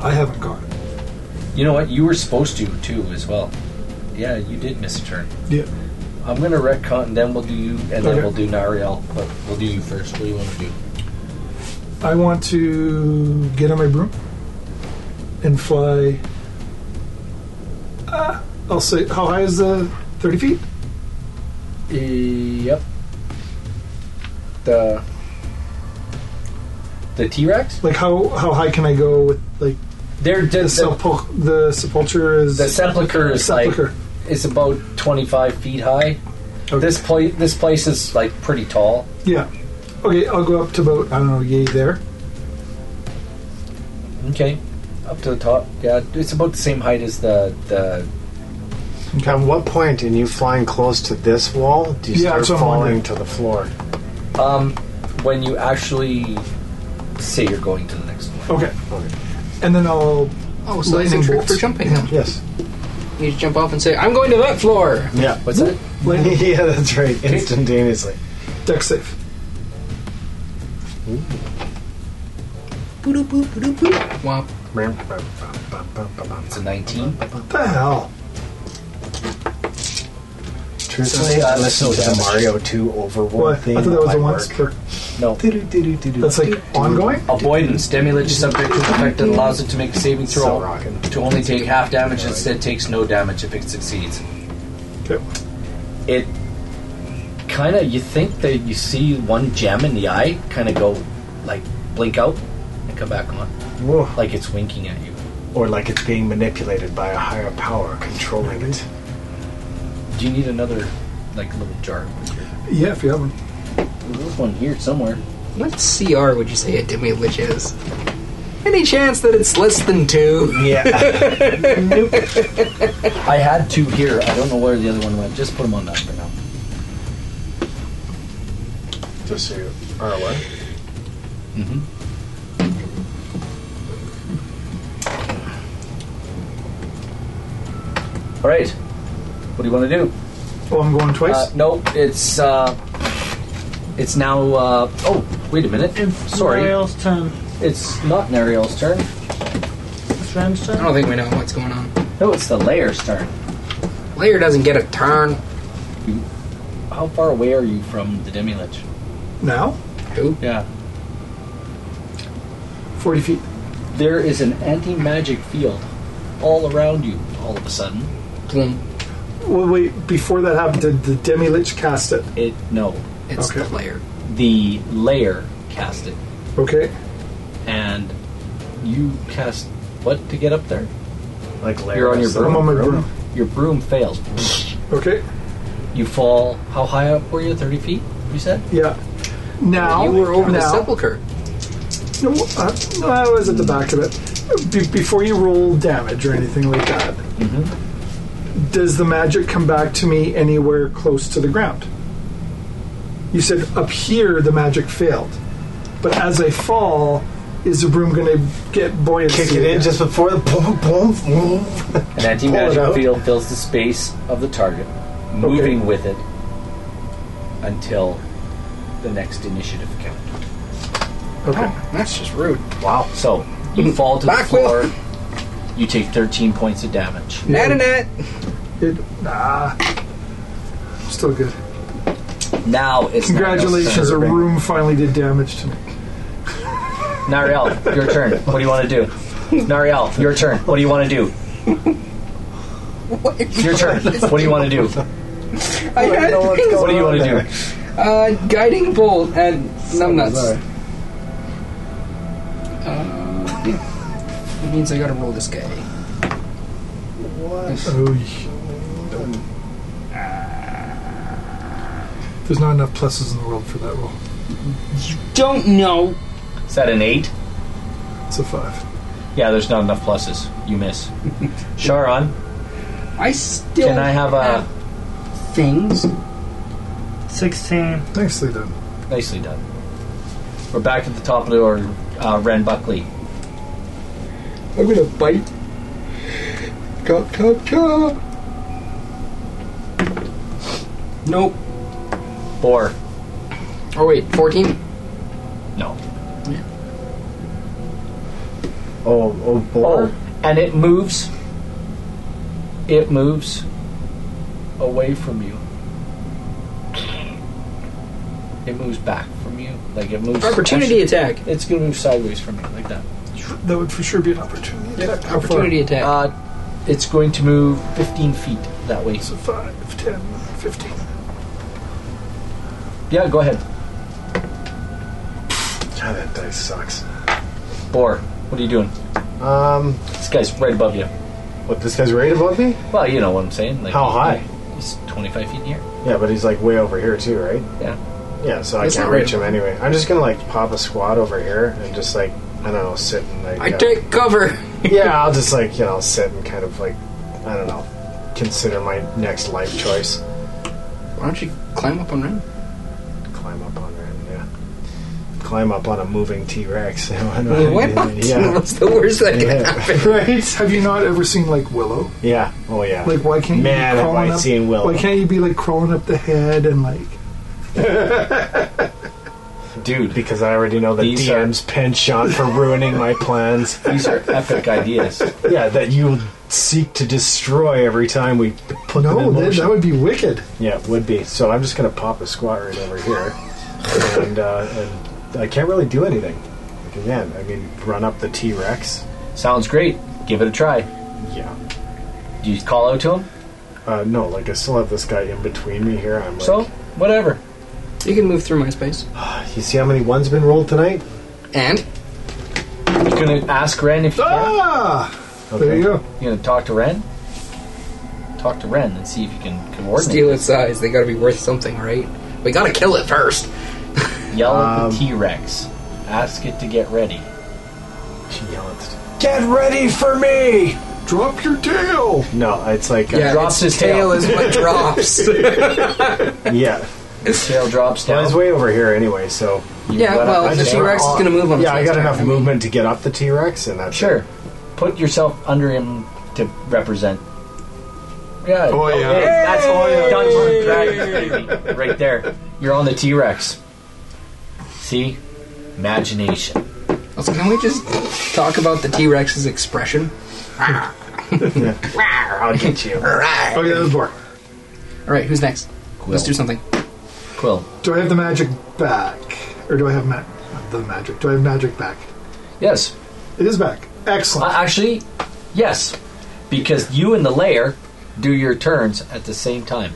[SPEAKER 3] I haven't got it.
[SPEAKER 4] You know what? You were supposed to too, as well. Yeah, you did miss a turn.
[SPEAKER 3] Yeah.
[SPEAKER 4] I'm gonna retcon, and then we'll do you, and then
[SPEAKER 3] Okay.
[SPEAKER 4] we'll do Nariel. But we'll do you first. What do you want to do?
[SPEAKER 3] I want to get on my broom and fly. Uh, I'll say, how high is the 30 feet?
[SPEAKER 4] Yep. The the T Rex.
[SPEAKER 3] Like, how, how high can I go with, like,
[SPEAKER 4] They're
[SPEAKER 3] the,
[SPEAKER 4] just the,
[SPEAKER 3] sepul- the sepulture is.
[SPEAKER 4] the sepulcher is like
[SPEAKER 3] sepulcher.
[SPEAKER 4] It's about 25 feet high.
[SPEAKER 3] Okay.
[SPEAKER 4] This place, this place is like pretty tall.
[SPEAKER 3] Yeah. Okay, I'll go up to about, I don't know, yay there.
[SPEAKER 4] Okay, up to the top. Yeah, it's about the same height as the the.
[SPEAKER 6] At what point in you flying close to this wall do you
[SPEAKER 3] Yeah,
[SPEAKER 6] start
[SPEAKER 3] that's what I'm
[SPEAKER 6] falling
[SPEAKER 3] wondering.
[SPEAKER 6] to the floor?
[SPEAKER 4] Um, when you actually say you're going to the next one.
[SPEAKER 3] Okay.
[SPEAKER 6] Okay.
[SPEAKER 3] And then I'll.
[SPEAKER 2] Oh, so it's a
[SPEAKER 3] Lightning
[SPEAKER 2] trick
[SPEAKER 3] bolts.
[SPEAKER 2] for jumping them.
[SPEAKER 6] Yes.
[SPEAKER 2] You just jump off and say, I'm going to that floor!
[SPEAKER 6] Yeah.
[SPEAKER 4] What's that?
[SPEAKER 6] yeah, that's right. Instantaneously.
[SPEAKER 3] Deck safe.
[SPEAKER 2] Boop, boop, boop, boop. Womp.
[SPEAKER 4] It's a 19.
[SPEAKER 3] the hell?
[SPEAKER 6] Truthfully, I listened to the Mario 2 Overworld
[SPEAKER 3] What?
[SPEAKER 6] theme.
[SPEAKER 3] I thought that was
[SPEAKER 6] at
[SPEAKER 3] a
[SPEAKER 6] my
[SPEAKER 3] once
[SPEAKER 6] work.
[SPEAKER 3] per.
[SPEAKER 7] No.
[SPEAKER 6] That's
[SPEAKER 3] That's like ongoing?
[SPEAKER 7] Avoidance. Demi-lich is subject to an effect that allows it to make a saving throw
[SPEAKER 6] So rocking.
[SPEAKER 7] to only take half damage instead takes no damage if it succeeds.
[SPEAKER 3] Okay.
[SPEAKER 4] it kind of you think that you see one gem in the eye kind of go like blink out and come back on
[SPEAKER 6] Whoa.
[SPEAKER 4] like it's winking at you
[SPEAKER 6] Or like it's being manipulated by a higher power controlling it.
[SPEAKER 4] do you need another like little jar
[SPEAKER 3] Yeah, if you have one.
[SPEAKER 4] there's one here somewhere
[SPEAKER 2] What CR would you say a demi-lich is? Any chance that it's less than two?
[SPEAKER 6] Yeah.
[SPEAKER 4] i had two here i don't know where the other one went just put them on that for now
[SPEAKER 6] Just so you are aware.
[SPEAKER 4] all right what do you want to do
[SPEAKER 3] Well, Oh, I'm going twice.
[SPEAKER 7] Uh,
[SPEAKER 4] nope it's uh it's now uh oh wait a minute sorry
[SPEAKER 5] Ariel's turn.
[SPEAKER 4] it's not nariel's turn
[SPEAKER 5] It's Ram's
[SPEAKER 2] I
[SPEAKER 5] turn.
[SPEAKER 2] don't think we know what's going on.
[SPEAKER 4] no it's the layer's turn
[SPEAKER 2] Layer doesn't get a turn.
[SPEAKER 4] how far away are you from the demi-lich
[SPEAKER 3] now?
[SPEAKER 2] Who?
[SPEAKER 4] yeah
[SPEAKER 3] 40 feet.
[SPEAKER 4] there is an anti-magic field all around you all of a sudden
[SPEAKER 2] Boom.
[SPEAKER 3] Well, wait, before that happened, did the Demi Lich cast it?
[SPEAKER 4] it no
[SPEAKER 2] It's the
[SPEAKER 3] Okay.
[SPEAKER 2] layer.
[SPEAKER 4] the layer cast it
[SPEAKER 3] Okay.
[SPEAKER 4] and you cast what to get up there
[SPEAKER 6] Like layer.
[SPEAKER 4] You're on your
[SPEAKER 3] I'm on my broom.
[SPEAKER 4] your broom fails
[SPEAKER 3] Okay.
[SPEAKER 4] you fall how high up were you 30 feet you said
[SPEAKER 3] Yeah. Now.
[SPEAKER 2] You were over
[SPEAKER 3] now,
[SPEAKER 2] the sepulcher.
[SPEAKER 3] No, uh, no, I was at the back of it. Be- before you roll damage or anything like that,
[SPEAKER 6] Mm-hmm.
[SPEAKER 3] does the magic come back to me anywhere close to the ground? You said up here the magic failed, but as I fall, is the broom going to get buoyancy?
[SPEAKER 6] Kick it in
[SPEAKER 3] again?
[SPEAKER 6] just before the boom, boom, boom.
[SPEAKER 4] an
[SPEAKER 6] Pull it
[SPEAKER 4] anti-magic
[SPEAKER 6] out.
[SPEAKER 4] field fills the space of the target moving with it until the next initiative count
[SPEAKER 3] Okay.
[SPEAKER 6] oh,
[SPEAKER 2] That's just rude.
[SPEAKER 4] wow so you fall to the
[SPEAKER 2] Back wheel.
[SPEAKER 4] floor you take 13 points of damage
[SPEAKER 2] Nat and Nat.
[SPEAKER 3] It, nah. Still good.
[SPEAKER 4] Now it's
[SPEAKER 3] Congratulations, a
[SPEAKER 4] Nariel.
[SPEAKER 3] room finally did damage to me.
[SPEAKER 4] Nariel, your turn. What do you want to do? Nariel, your turn. What do you want to do? Your turn. What do you want to do?
[SPEAKER 2] I had
[SPEAKER 6] know what's
[SPEAKER 2] things-
[SPEAKER 4] What do you want to do?
[SPEAKER 2] Uh, guiding bolt at numbnuts. Uh, It means I gotta roll this guy.
[SPEAKER 6] What?
[SPEAKER 3] Oh, ye- there's not enough pluses in the world for that roll.
[SPEAKER 2] Don't know.
[SPEAKER 4] Is that an eight?
[SPEAKER 3] It's a five.
[SPEAKER 4] Yeah, there's not enough pluses. You miss. Sharon,
[SPEAKER 2] I still
[SPEAKER 4] can I have a
[SPEAKER 2] things.
[SPEAKER 4] Oh.
[SPEAKER 5] 16.
[SPEAKER 3] Nicely done.
[SPEAKER 4] nicely done? We're back at the top of the order. Uh, Ren Buckley.
[SPEAKER 2] I'm gonna bite. Chop, chop, chop. Nope.
[SPEAKER 4] Boar.
[SPEAKER 2] Oh wait, fourteen.
[SPEAKER 4] No.
[SPEAKER 6] Oh, oh, boy.
[SPEAKER 4] Oh, and it moves. It moves away from you. It moves back from you, like it moves.
[SPEAKER 2] Opportunity attack.
[SPEAKER 4] It's gonna move sideways from you, like that.
[SPEAKER 3] That would for sure be an opportunity. attack. How far?
[SPEAKER 2] Opportunity attack.
[SPEAKER 4] Uh, it's going to move 15 feet that way.
[SPEAKER 3] So five, ten, fifteen.
[SPEAKER 4] Yeah, go ahead.
[SPEAKER 6] God, that dice sucks.
[SPEAKER 4] Boar, what are you doing?
[SPEAKER 6] Um,
[SPEAKER 4] This guy's right above you.
[SPEAKER 6] what, this guy's right above me?
[SPEAKER 4] Well, you know what I'm saying. Like
[SPEAKER 6] How high?
[SPEAKER 4] He's 25 feet in here.
[SPEAKER 6] Yeah, but he's like way over here too, right?
[SPEAKER 4] Yeah.
[SPEAKER 6] Yeah, so I
[SPEAKER 2] That's
[SPEAKER 6] can't
[SPEAKER 2] not right.
[SPEAKER 6] reach him anyway. I'm just gonna like pop a squat over here and just like I don't know, sit and like
[SPEAKER 2] I
[SPEAKER 6] uh,
[SPEAKER 2] take cover.
[SPEAKER 6] Yeah, I'll just like you know sit and kind of like I don't know, consider my next life choice.
[SPEAKER 2] Why don't you climb up on Ren?
[SPEAKER 6] Climb up on Ren, yeah. Climb up on a moving T Rex.
[SPEAKER 2] What?
[SPEAKER 6] Yeah.
[SPEAKER 2] What's the worst that can
[SPEAKER 6] Yeah.
[SPEAKER 2] happen?
[SPEAKER 3] Right? Have you not ever seen like Willow?
[SPEAKER 6] Yeah. Oh yeah.
[SPEAKER 3] Like, why can't
[SPEAKER 6] Man,
[SPEAKER 3] you be
[SPEAKER 6] have
[SPEAKER 3] crawling
[SPEAKER 6] I
[SPEAKER 3] up?
[SPEAKER 6] seen Willow.
[SPEAKER 3] Why can't you be like crawling up the head and like?
[SPEAKER 4] Dude,
[SPEAKER 6] because I already know the
[SPEAKER 4] These are-
[SPEAKER 6] DM's penchant for ruining my plans.
[SPEAKER 4] these are epic ideas.
[SPEAKER 6] Yeah, that you seek to destroy every time we put them
[SPEAKER 3] No,
[SPEAKER 6] in
[SPEAKER 3] that,
[SPEAKER 6] motion.
[SPEAKER 3] that would be wicked.
[SPEAKER 6] Yeah, it would be. So I'm just going to pop a squat right over here and, uh, and I can't really do anything. Like again, I mean, run up the T Rex.
[SPEAKER 4] Sounds great. Give it a try.
[SPEAKER 6] Yeah.
[SPEAKER 4] Do you call out to him?
[SPEAKER 6] Uh, no, like I still have this guy in between me here. I'm like,
[SPEAKER 4] So, whatever.
[SPEAKER 2] You can move through my space.
[SPEAKER 6] you see how many ones been rolled tonight?
[SPEAKER 2] And
[SPEAKER 4] You're gonna ask Ren if you can.
[SPEAKER 6] Ah,
[SPEAKER 4] Okay.
[SPEAKER 6] there you go.
[SPEAKER 4] You gonna talk to Ren? Talk to Ren and see if you can coordinate.
[SPEAKER 2] steal its eyes. They gotta be worth something, right? We gotta kill it first.
[SPEAKER 4] Yell at
[SPEAKER 6] Um,
[SPEAKER 4] the T Rex. Ask it to get ready.
[SPEAKER 6] She yelled, "Get ready for me!"
[SPEAKER 3] Drop your tail.
[SPEAKER 6] No, it's like uh,
[SPEAKER 2] Yeah,
[SPEAKER 4] drops
[SPEAKER 2] its
[SPEAKER 4] his
[SPEAKER 2] tail
[SPEAKER 4] tail.
[SPEAKER 2] is what drops.
[SPEAKER 6] yeah.
[SPEAKER 4] Tail drops
[SPEAKER 6] Well,
[SPEAKER 4] down.
[SPEAKER 6] it's way over here anyway, so
[SPEAKER 2] yeah,
[SPEAKER 4] let
[SPEAKER 2] well,
[SPEAKER 4] out
[SPEAKER 2] the
[SPEAKER 4] the
[SPEAKER 2] T Rex is
[SPEAKER 6] Oh,
[SPEAKER 2] gonna move on. its
[SPEAKER 6] Yeah, I
[SPEAKER 2] next
[SPEAKER 6] got enough
[SPEAKER 2] turn.
[SPEAKER 6] movement to get up the T Rex, and that's
[SPEAKER 4] Sure. Put yourself under him to represent. Yeah.
[SPEAKER 3] Oh, yeah.
[SPEAKER 4] okay, That's all you've done for a dragon, baby. Right there. You're on the T Rex. See? Imagination.
[SPEAKER 2] Also, can we just talk about the T Rex's expression?
[SPEAKER 6] I'll get you.
[SPEAKER 2] Alright.
[SPEAKER 3] Okay, that was boring.
[SPEAKER 2] Alright, who's next?
[SPEAKER 4] Quill.
[SPEAKER 2] Let's do something.
[SPEAKER 4] Quill.
[SPEAKER 3] Do I have the magic back, or do I have ma- the magic? Do I have magic back?
[SPEAKER 4] Yes.
[SPEAKER 3] It is back.
[SPEAKER 4] Uh,
[SPEAKER 3] Excellent.
[SPEAKER 4] actually, yes. Because you and the layer do your turns at the same time.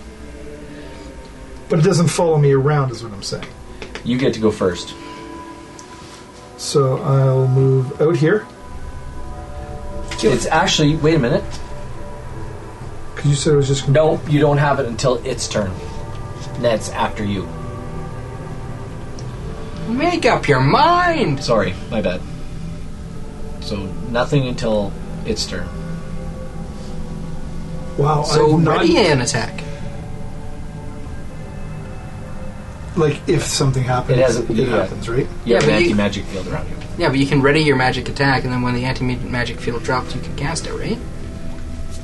[SPEAKER 3] But it doesn't follow me around, is what I'm saying.
[SPEAKER 4] You get to go first.
[SPEAKER 3] So I'll move out here
[SPEAKER 4] It's actually. Wait a minute.
[SPEAKER 3] because you said it was just gonna
[SPEAKER 4] No, you don't have it until its turn. That's after you.
[SPEAKER 2] Make up your mind!
[SPEAKER 4] Sorry, my bad. So nothing until its turn.
[SPEAKER 3] Wow,
[SPEAKER 2] So,
[SPEAKER 3] I've not
[SPEAKER 2] ready an attack.
[SPEAKER 3] like if something happens,
[SPEAKER 4] It hasn't-
[SPEAKER 3] it
[SPEAKER 4] yeah.
[SPEAKER 3] happens, right?
[SPEAKER 4] You
[SPEAKER 2] Yeah,
[SPEAKER 4] have an
[SPEAKER 2] but you-
[SPEAKER 4] anti magic field around you.
[SPEAKER 2] Yeah, but you can ready your magic attack, and then when the anti magic field drops, you can cast it, right?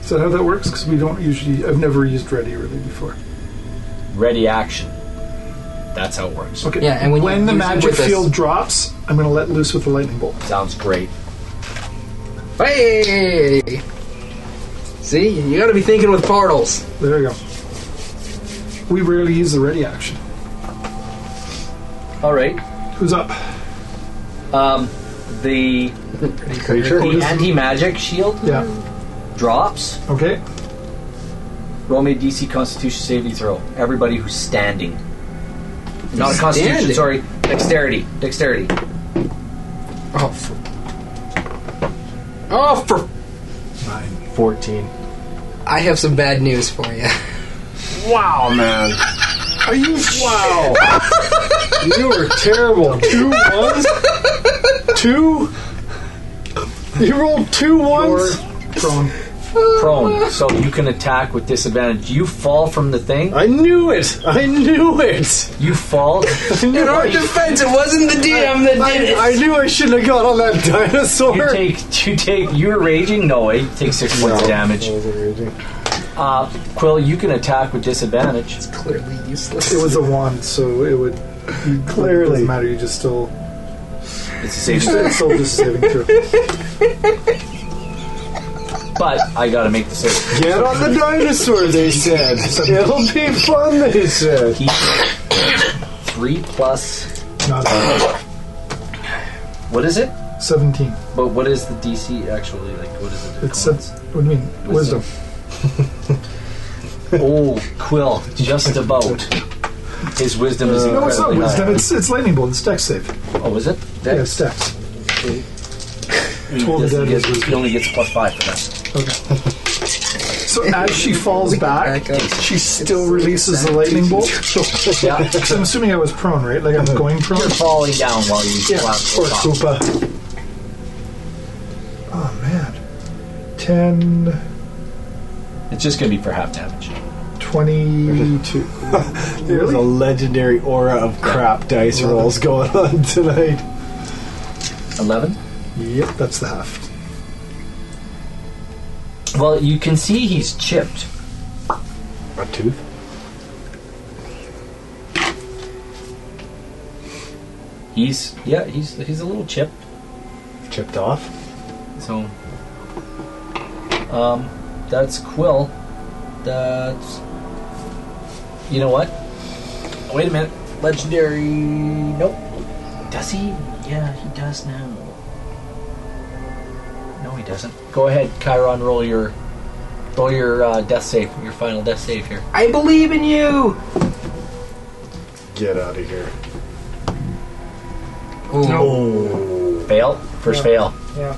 [SPEAKER 3] Is that how that works? Because we don't usually. I've never used ready really before.
[SPEAKER 4] Ready action. That's how it works.
[SPEAKER 3] Okay.
[SPEAKER 2] Yeah, and when you use
[SPEAKER 3] the
[SPEAKER 2] it
[SPEAKER 3] magic
[SPEAKER 2] with us-
[SPEAKER 3] field drops, I'm going to let loose with the lightning bolt.
[SPEAKER 4] Sounds great.
[SPEAKER 2] Hey! See, you gotta be thinking with portals.
[SPEAKER 3] There you go. We rarely use the ready action.
[SPEAKER 4] All right.
[SPEAKER 3] Who's up?
[SPEAKER 4] Um, the
[SPEAKER 6] Creature.
[SPEAKER 4] the anti magic shield
[SPEAKER 3] Yeah.
[SPEAKER 4] drops.
[SPEAKER 3] Okay.
[SPEAKER 4] Roll me a DC Constitution saving throw. Everybody who's standing. Not a Constitution.
[SPEAKER 2] Standing?
[SPEAKER 4] Sorry, dexterity. Dexterity.
[SPEAKER 2] Oh, for. Oh, for.
[SPEAKER 6] Nine, 14.
[SPEAKER 2] I have some bad news for you.
[SPEAKER 6] Wow, man. Are you. Wow. you were terrible. Two ones? Two? You rolled two ones?
[SPEAKER 3] Prone.
[SPEAKER 4] Prone, so you can attack with disadvantage. You fall from the thing.
[SPEAKER 6] I knew it. I knew it.
[SPEAKER 4] You fall.
[SPEAKER 6] I knew, I,
[SPEAKER 2] defense, it wasn't the DM that
[SPEAKER 6] I, I knew I shouldn't have got on that dinosaur.
[SPEAKER 4] You take, you take, you're raging. No way. You take six points of damage. Uh, Quill, you can attack with disadvantage.
[SPEAKER 2] Clearly useless.
[SPEAKER 3] It was a wand, so it would. It
[SPEAKER 6] Clearly.
[SPEAKER 3] doesn't matter. You just still.
[SPEAKER 4] It's the same,
[SPEAKER 3] It's still just saving through.
[SPEAKER 4] but I gotta make the save.
[SPEAKER 6] Get on the dinosaur, they said. It'll be fun, they said.
[SPEAKER 4] Three plus.
[SPEAKER 3] Not bad.
[SPEAKER 4] What is it?
[SPEAKER 3] seventeen.
[SPEAKER 4] But what is the DC actually? Like, what is it?
[SPEAKER 3] It's sev- What do you mean?
[SPEAKER 4] Wisdom.
[SPEAKER 3] Wisdom.
[SPEAKER 4] oh, Quill, just about. His wisdom is
[SPEAKER 3] Uh, No, it's not
[SPEAKER 4] incredibly
[SPEAKER 3] wisdom. It's it's lightning bolt. It's dex save.
[SPEAKER 4] high. Oh, is it?
[SPEAKER 3] Yeah, it's dex.
[SPEAKER 4] He,
[SPEAKER 3] Told
[SPEAKER 4] doesn't
[SPEAKER 3] that
[SPEAKER 4] get-
[SPEAKER 3] it was-
[SPEAKER 4] he only gets plus five for that.
[SPEAKER 3] So as she falls back,
[SPEAKER 2] back up.
[SPEAKER 3] she still releases the lightning bolt. So
[SPEAKER 4] Yeah.
[SPEAKER 3] I'm assuming I was prone, right? Like I'm going prone.
[SPEAKER 4] You're falling down while you
[SPEAKER 3] Yeah,
[SPEAKER 4] collapse
[SPEAKER 3] or
[SPEAKER 4] on top.
[SPEAKER 3] Koopa. Oh man. 10,
[SPEAKER 4] It's just gonna be for half damage.
[SPEAKER 3] 22.
[SPEAKER 6] There's a
[SPEAKER 3] really?
[SPEAKER 6] legendary aura of crap dice rolls going on tonight.
[SPEAKER 4] Eleven.
[SPEAKER 3] Yep, that's the half.
[SPEAKER 4] Well, you can see he's chipped.
[SPEAKER 6] A tooth?
[SPEAKER 4] He's yeah, he's he's a little chipped.
[SPEAKER 6] Chipped off?
[SPEAKER 4] So, um, that's Quill. That's you know what? Wait a minute. Legendary. Nope.
[SPEAKER 8] Does he? Yeah, he does now. No, he doesn't. Go ahead, Chiron. Roll your roll your uh, death save. Your final death save here.
[SPEAKER 2] I believe in you.
[SPEAKER 6] Get out of here.
[SPEAKER 2] Ooh.
[SPEAKER 6] Oh.
[SPEAKER 4] Fail. First
[SPEAKER 5] Yeah.
[SPEAKER 4] fail.
[SPEAKER 5] Yeah.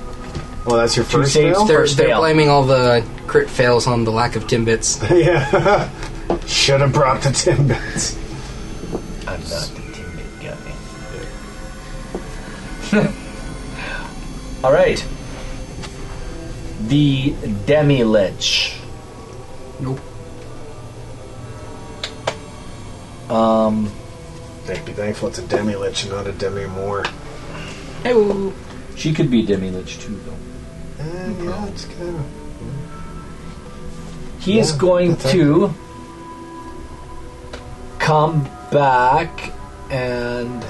[SPEAKER 6] Well, that's your
[SPEAKER 4] Two
[SPEAKER 6] first
[SPEAKER 4] saves
[SPEAKER 6] fail?
[SPEAKER 4] there.
[SPEAKER 2] They're,
[SPEAKER 4] First
[SPEAKER 2] they're
[SPEAKER 4] fail.
[SPEAKER 2] blaming all the crit fails on the lack of timbits.
[SPEAKER 6] yeah. Should have brought the Timbits.
[SPEAKER 4] I'm not the timid guy. All right. The demi lich.
[SPEAKER 2] Nope.
[SPEAKER 4] Um.
[SPEAKER 6] They'd be thankful it's a Demi Lich and not a Demi Moore.
[SPEAKER 4] She could be demi lich too, though.
[SPEAKER 6] And Eh, yeah, it's kind of.
[SPEAKER 4] He is
[SPEAKER 6] Yeah,
[SPEAKER 4] going
[SPEAKER 6] that's
[SPEAKER 4] to come back and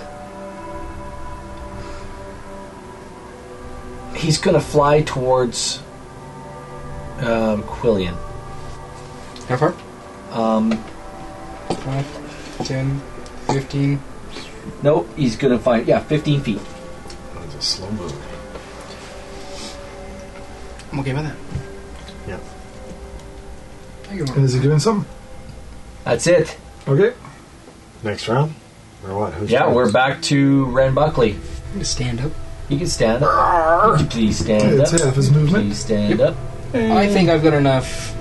[SPEAKER 4] he's going to fly towards um, Quillian.
[SPEAKER 2] How far?
[SPEAKER 4] Um,
[SPEAKER 2] 5, 10, 15.
[SPEAKER 4] nope, he's going to find yeah, 15 feet.
[SPEAKER 6] It's a slow move.
[SPEAKER 2] I'm okay with that.
[SPEAKER 6] Yeah.
[SPEAKER 2] Thank you,
[SPEAKER 3] And
[SPEAKER 2] Mark.
[SPEAKER 3] is he doing something?
[SPEAKER 4] That's it.
[SPEAKER 3] Okay.
[SPEAKER 6] Next round? Or what? Who's
[SPEAKER 4] Yeah,
[SPEAKER 6] first?
[SPEAKER 4] we're back to Ren Buckley.
[SPEAKER 2] I'm gonna stand up.
[SPEAKER 4] You can stand up. Would you please stand
[SPEAKER 3] It's half
[SPEAKER 4] up.
[SPEAKER 3] his movement.
[SPEAKER 4] Please stand up.
[SPEAKER 2] I think I've got enough.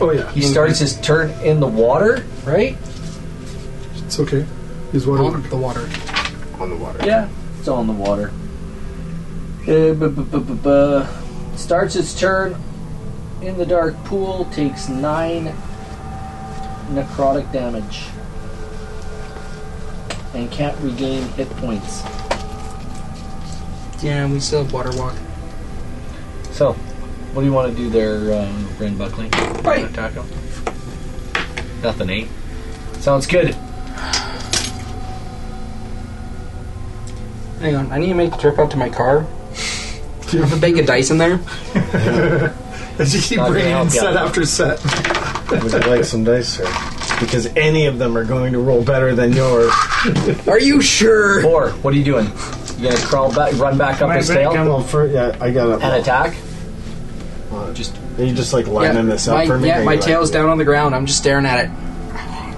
[SPEAKER 3] Oh, yeah.
[SPEAKER 4] He starts his turn in the water, right?
[SPEAKER 3] It's okay. He's water
[SPEAKER 2] on
[SPEAKER 3] walk.
[SPEAKER 2] the water.
[SPEAKER 6] on the water.
[SPEAKER 4] Yeah, it's all in the water. Uh, bu- bu- bu- bu- bu- Starts its turn in the dark pool, takes nine necrotic damage, and can't regain hit points.
[SPEAKER 2] Yeah, we still have water walk.
[SPEAKER 4] So, what do you want to do there, um, Ren Buckley?
[SPEAKER 2] Right.
[SPEAKER 4] Attack him. Nothing, eh? Sounds good.
[SPEAKER 2] Hang on, I need to make the trip out to my car. Do you have a bag of dice in there?
[SPEAKER 3] As you keep
[SPEAKER 4] Not gonna
[SPEAKER 3] bringing
[SPEAKER 4] help
[SPEAKER 3] in
[SPEAKER 4] you
[SPEAKER 3] set
[SPEAKER 4] out.
[SPEAKER 3] after set.
[SPEAKER 6] Would you like some dice, sir? Because any of them are going to roll better than yours.
[SPEAKER 2] Are you sure?
[SPEAKER 4] Or, what are you doing? You gonna crawl back, run back up
[SPEAKER 5] Might
[SPEAKER 4] his
[SPEAKER 5] break
[SPEAKER 4] tail
[SPEAKER 5] him.
[SPEAKER 6] Well, for, yeah, I got
[SPEAKER 4] and
[SPEAKER 6] it.
[SPEAKER 4] attack?
[SPEAKER 6] Just are you just like
[SPEAKER 2] Yeah,
[SPEAKER 6] lining this up
[SPEAKER 2] my,
[SPEAKER 6] for me?
[SPEAKER 2] yeah,
[SPEAKER 6] Are
[SPEAKER 2] my
[SPEAKER 6] you like-
[SPEAKER 2] tail's down on the ground. I'm just staring at it.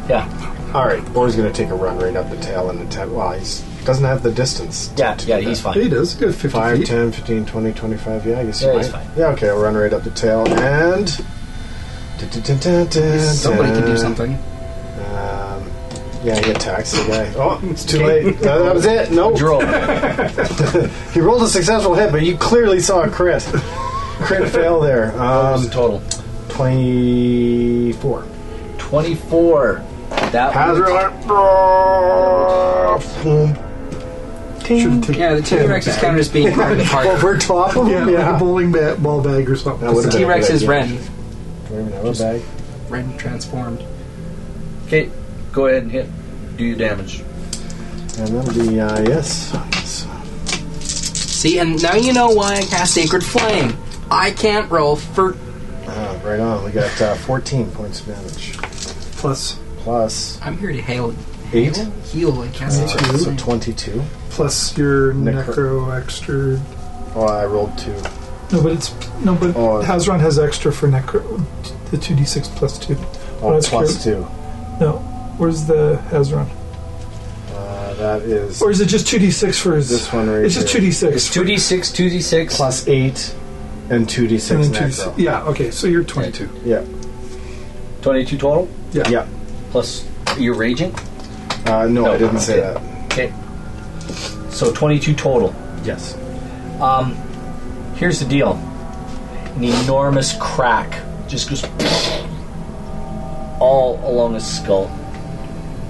[SPEAKER 4] Yeah.
[SPEAKER 6] All right, Boar's gonna take a run right up the tail and attack. Well, he doesn't have the distance. to-
[SPEAKER 4] Yeah,
[SPEAKER 6] to
[SPEAKER 4] yeah,
[SPEAKER 6] do
[SPEAKER 4] he's
[SPEAKER 6] that.
[SPEAKER 4] fine.
[SPEAKER 3] He does. Good 50
[SPEAKER 6] 5,
[SPEAKER 3] feet.
[SPEAKER 6] 10, 15, 20, 25. Yeah, I guess he
[SPEAKER 4] Yeah,
[SPEAKER 6] might.
[SPEAKER 4] he's fine.
[SPEAKER 6] Yeah, okay, I'll run right up the tail and.
[SPEAKER 2] Somebody can do something.
[SPEAKER 6] Um, yeah, he attacks the guy. Oh, it's too late. That, that was it. No,
[SPEAKER 4] Droll.
[SPEAKER 6] he rolled a successful hit, but you clearly saw a crit. crit fail there. Um,
[SPEAKER 4] total?
[SPEAKER 6] 24.
[SPEAKER 4] 24. That
[SPEAKER 6] Hazard
[SPEAKER 4] would-
[SPEAKER 6] alert.
[SPEAKER 3] Should have taken
[SPEAKER 2] Yeah, the T Rex is kind of just being part of the party.
[SPEAKER 6] Over top of
[SPEAKER 3] yeah,
[SPEAKER 6] him?
[SPEAKER 3] like a bowling bat, ball bag or
[SPEAKER 6] That
[SPEAKER 3] something.
[SPEAKER 6] was
[SPEAKER 2] The
[SPEAKER 6] a-
[SPEAKER 2] T Rex is
[SPEAKER 6] Yeah.
[SPEAKER 2] Ren.
[SPEAKER 6] Do we even have a bag?
[SPEAKER 2] Ren transformed.
[SPEAKER 4] Okay, go ahead and hit. Do your damage.
[SPEAKER 6] And that'll be, uh, yes. yes.
[SPEAKER 2] See, and now you know why I cast Sacred Flame. I can't roll for.
[SPEAKER 6] Uh, right on. We got uh, 14 points of damage.
[SPEAKER 3] Plus,
[SPEAKER 6] Plus
[SPEAKER 2] I'm here to hail.
[SPEAKER 6] 8.
[SPEAKER 2] Heal. I cast
[SPEAKER 6] Uh,
[SPEAKER 2] Sacred
[SPEAKER 6] so
[SPEAKER 2] Flame.
[SPEAKER 6] 22.
[SPEAKER 3] plus your
[SPEAKER 6] Necro-
[SPEAKER 3] necro extra.
[SPEAKER 6] Oh, I rolled 2.
[SPEAKER 3] No, but it's no, but
[SPEAKER 6] Oh.
[SPEAKER 3] Hazron has extra for necro. The two d six plus two.
[SPEAKER 6] Oh,
[SPEAKER 3] that's
[SPEAKER 6] plus 2.
[SPEAKER 3] No, where's the Hazron?
[SPEAKER 6] Uh, that is
[SPEAKER 3] Or is it just two d six for his?
[SPEAKER 6] this one right
[SPEAKER 3] it's just
[SPEAKER 6] here.
[SPEAKER 3] two d six.
[SPEAKER 4] It's 2d6, 2d6.
[SPEAKER 6] Plus 8 and 2d6
[SPEAKER 3] And then two.
[SPEAKER 6] necro.
[SPEAKER 3] Yeah. Okay. So you're twenty two.
[SPEAKER 6] Yeah.
[SPEAKER 4] 22 total.
[SPEAKER 3] Yeah.
[SPEAKER 6] Yeah.
[SPEAKER 4] Plus you're raging.
[SPEAKER 6] Uh, no, I
[SPEAKER 4] No,
[SPEAKER 6] didn't say
[SPEAKER 4] okay.
[SPEAKER 6] that.
[SPEAKER 4] Okay. So 22 total.
[SPEAKER 6] Yes.
[SPEAKER 4] Um, here's the deal an enormous crack just goes all along his skull.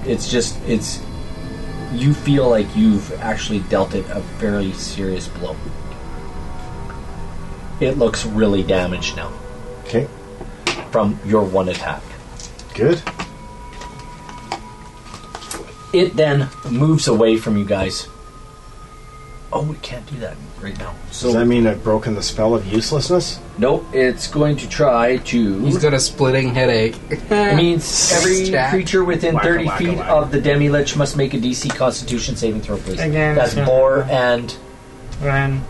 [SPEAKER 4] It's just, it's. You feel like you've actually dealt it a fairly serious blow. It looks really damaged now
[SPEAKER 6] Okay.
[SPEAKER 4] from your one attack.
[SPEAKER 6] Good.
[SPEAKER 4] It then moves away from you guys. Oh, we can't do that right now. So
[SPEAKER 6] Does that mean I've broken the spell of uselessness?
[SPEAKER 9] Nope, it's going to try to.
[SPEAKER 2] He's got a splitting headache.
[SPEAKER 4] It means every
[SPEAKER 2] Jack.
[SPEAKER 4] creature within
[SPEAKER 6] Wacka,
[SPEAKER 4] 30
[SPEAKER 6] wacka,
[SPEAKER 4] feet
[SPEAKER 6] wacka.
[SPEAKER 4] of the demi lich must make a DC Constitution saving throw, please.
[SPEAKER 5] Again,
[SPEAKER 4] That's
[SPEAKER 5] it's gonna-
[SPEAKER 4] Boar and
[SPEAKER 5] Ren.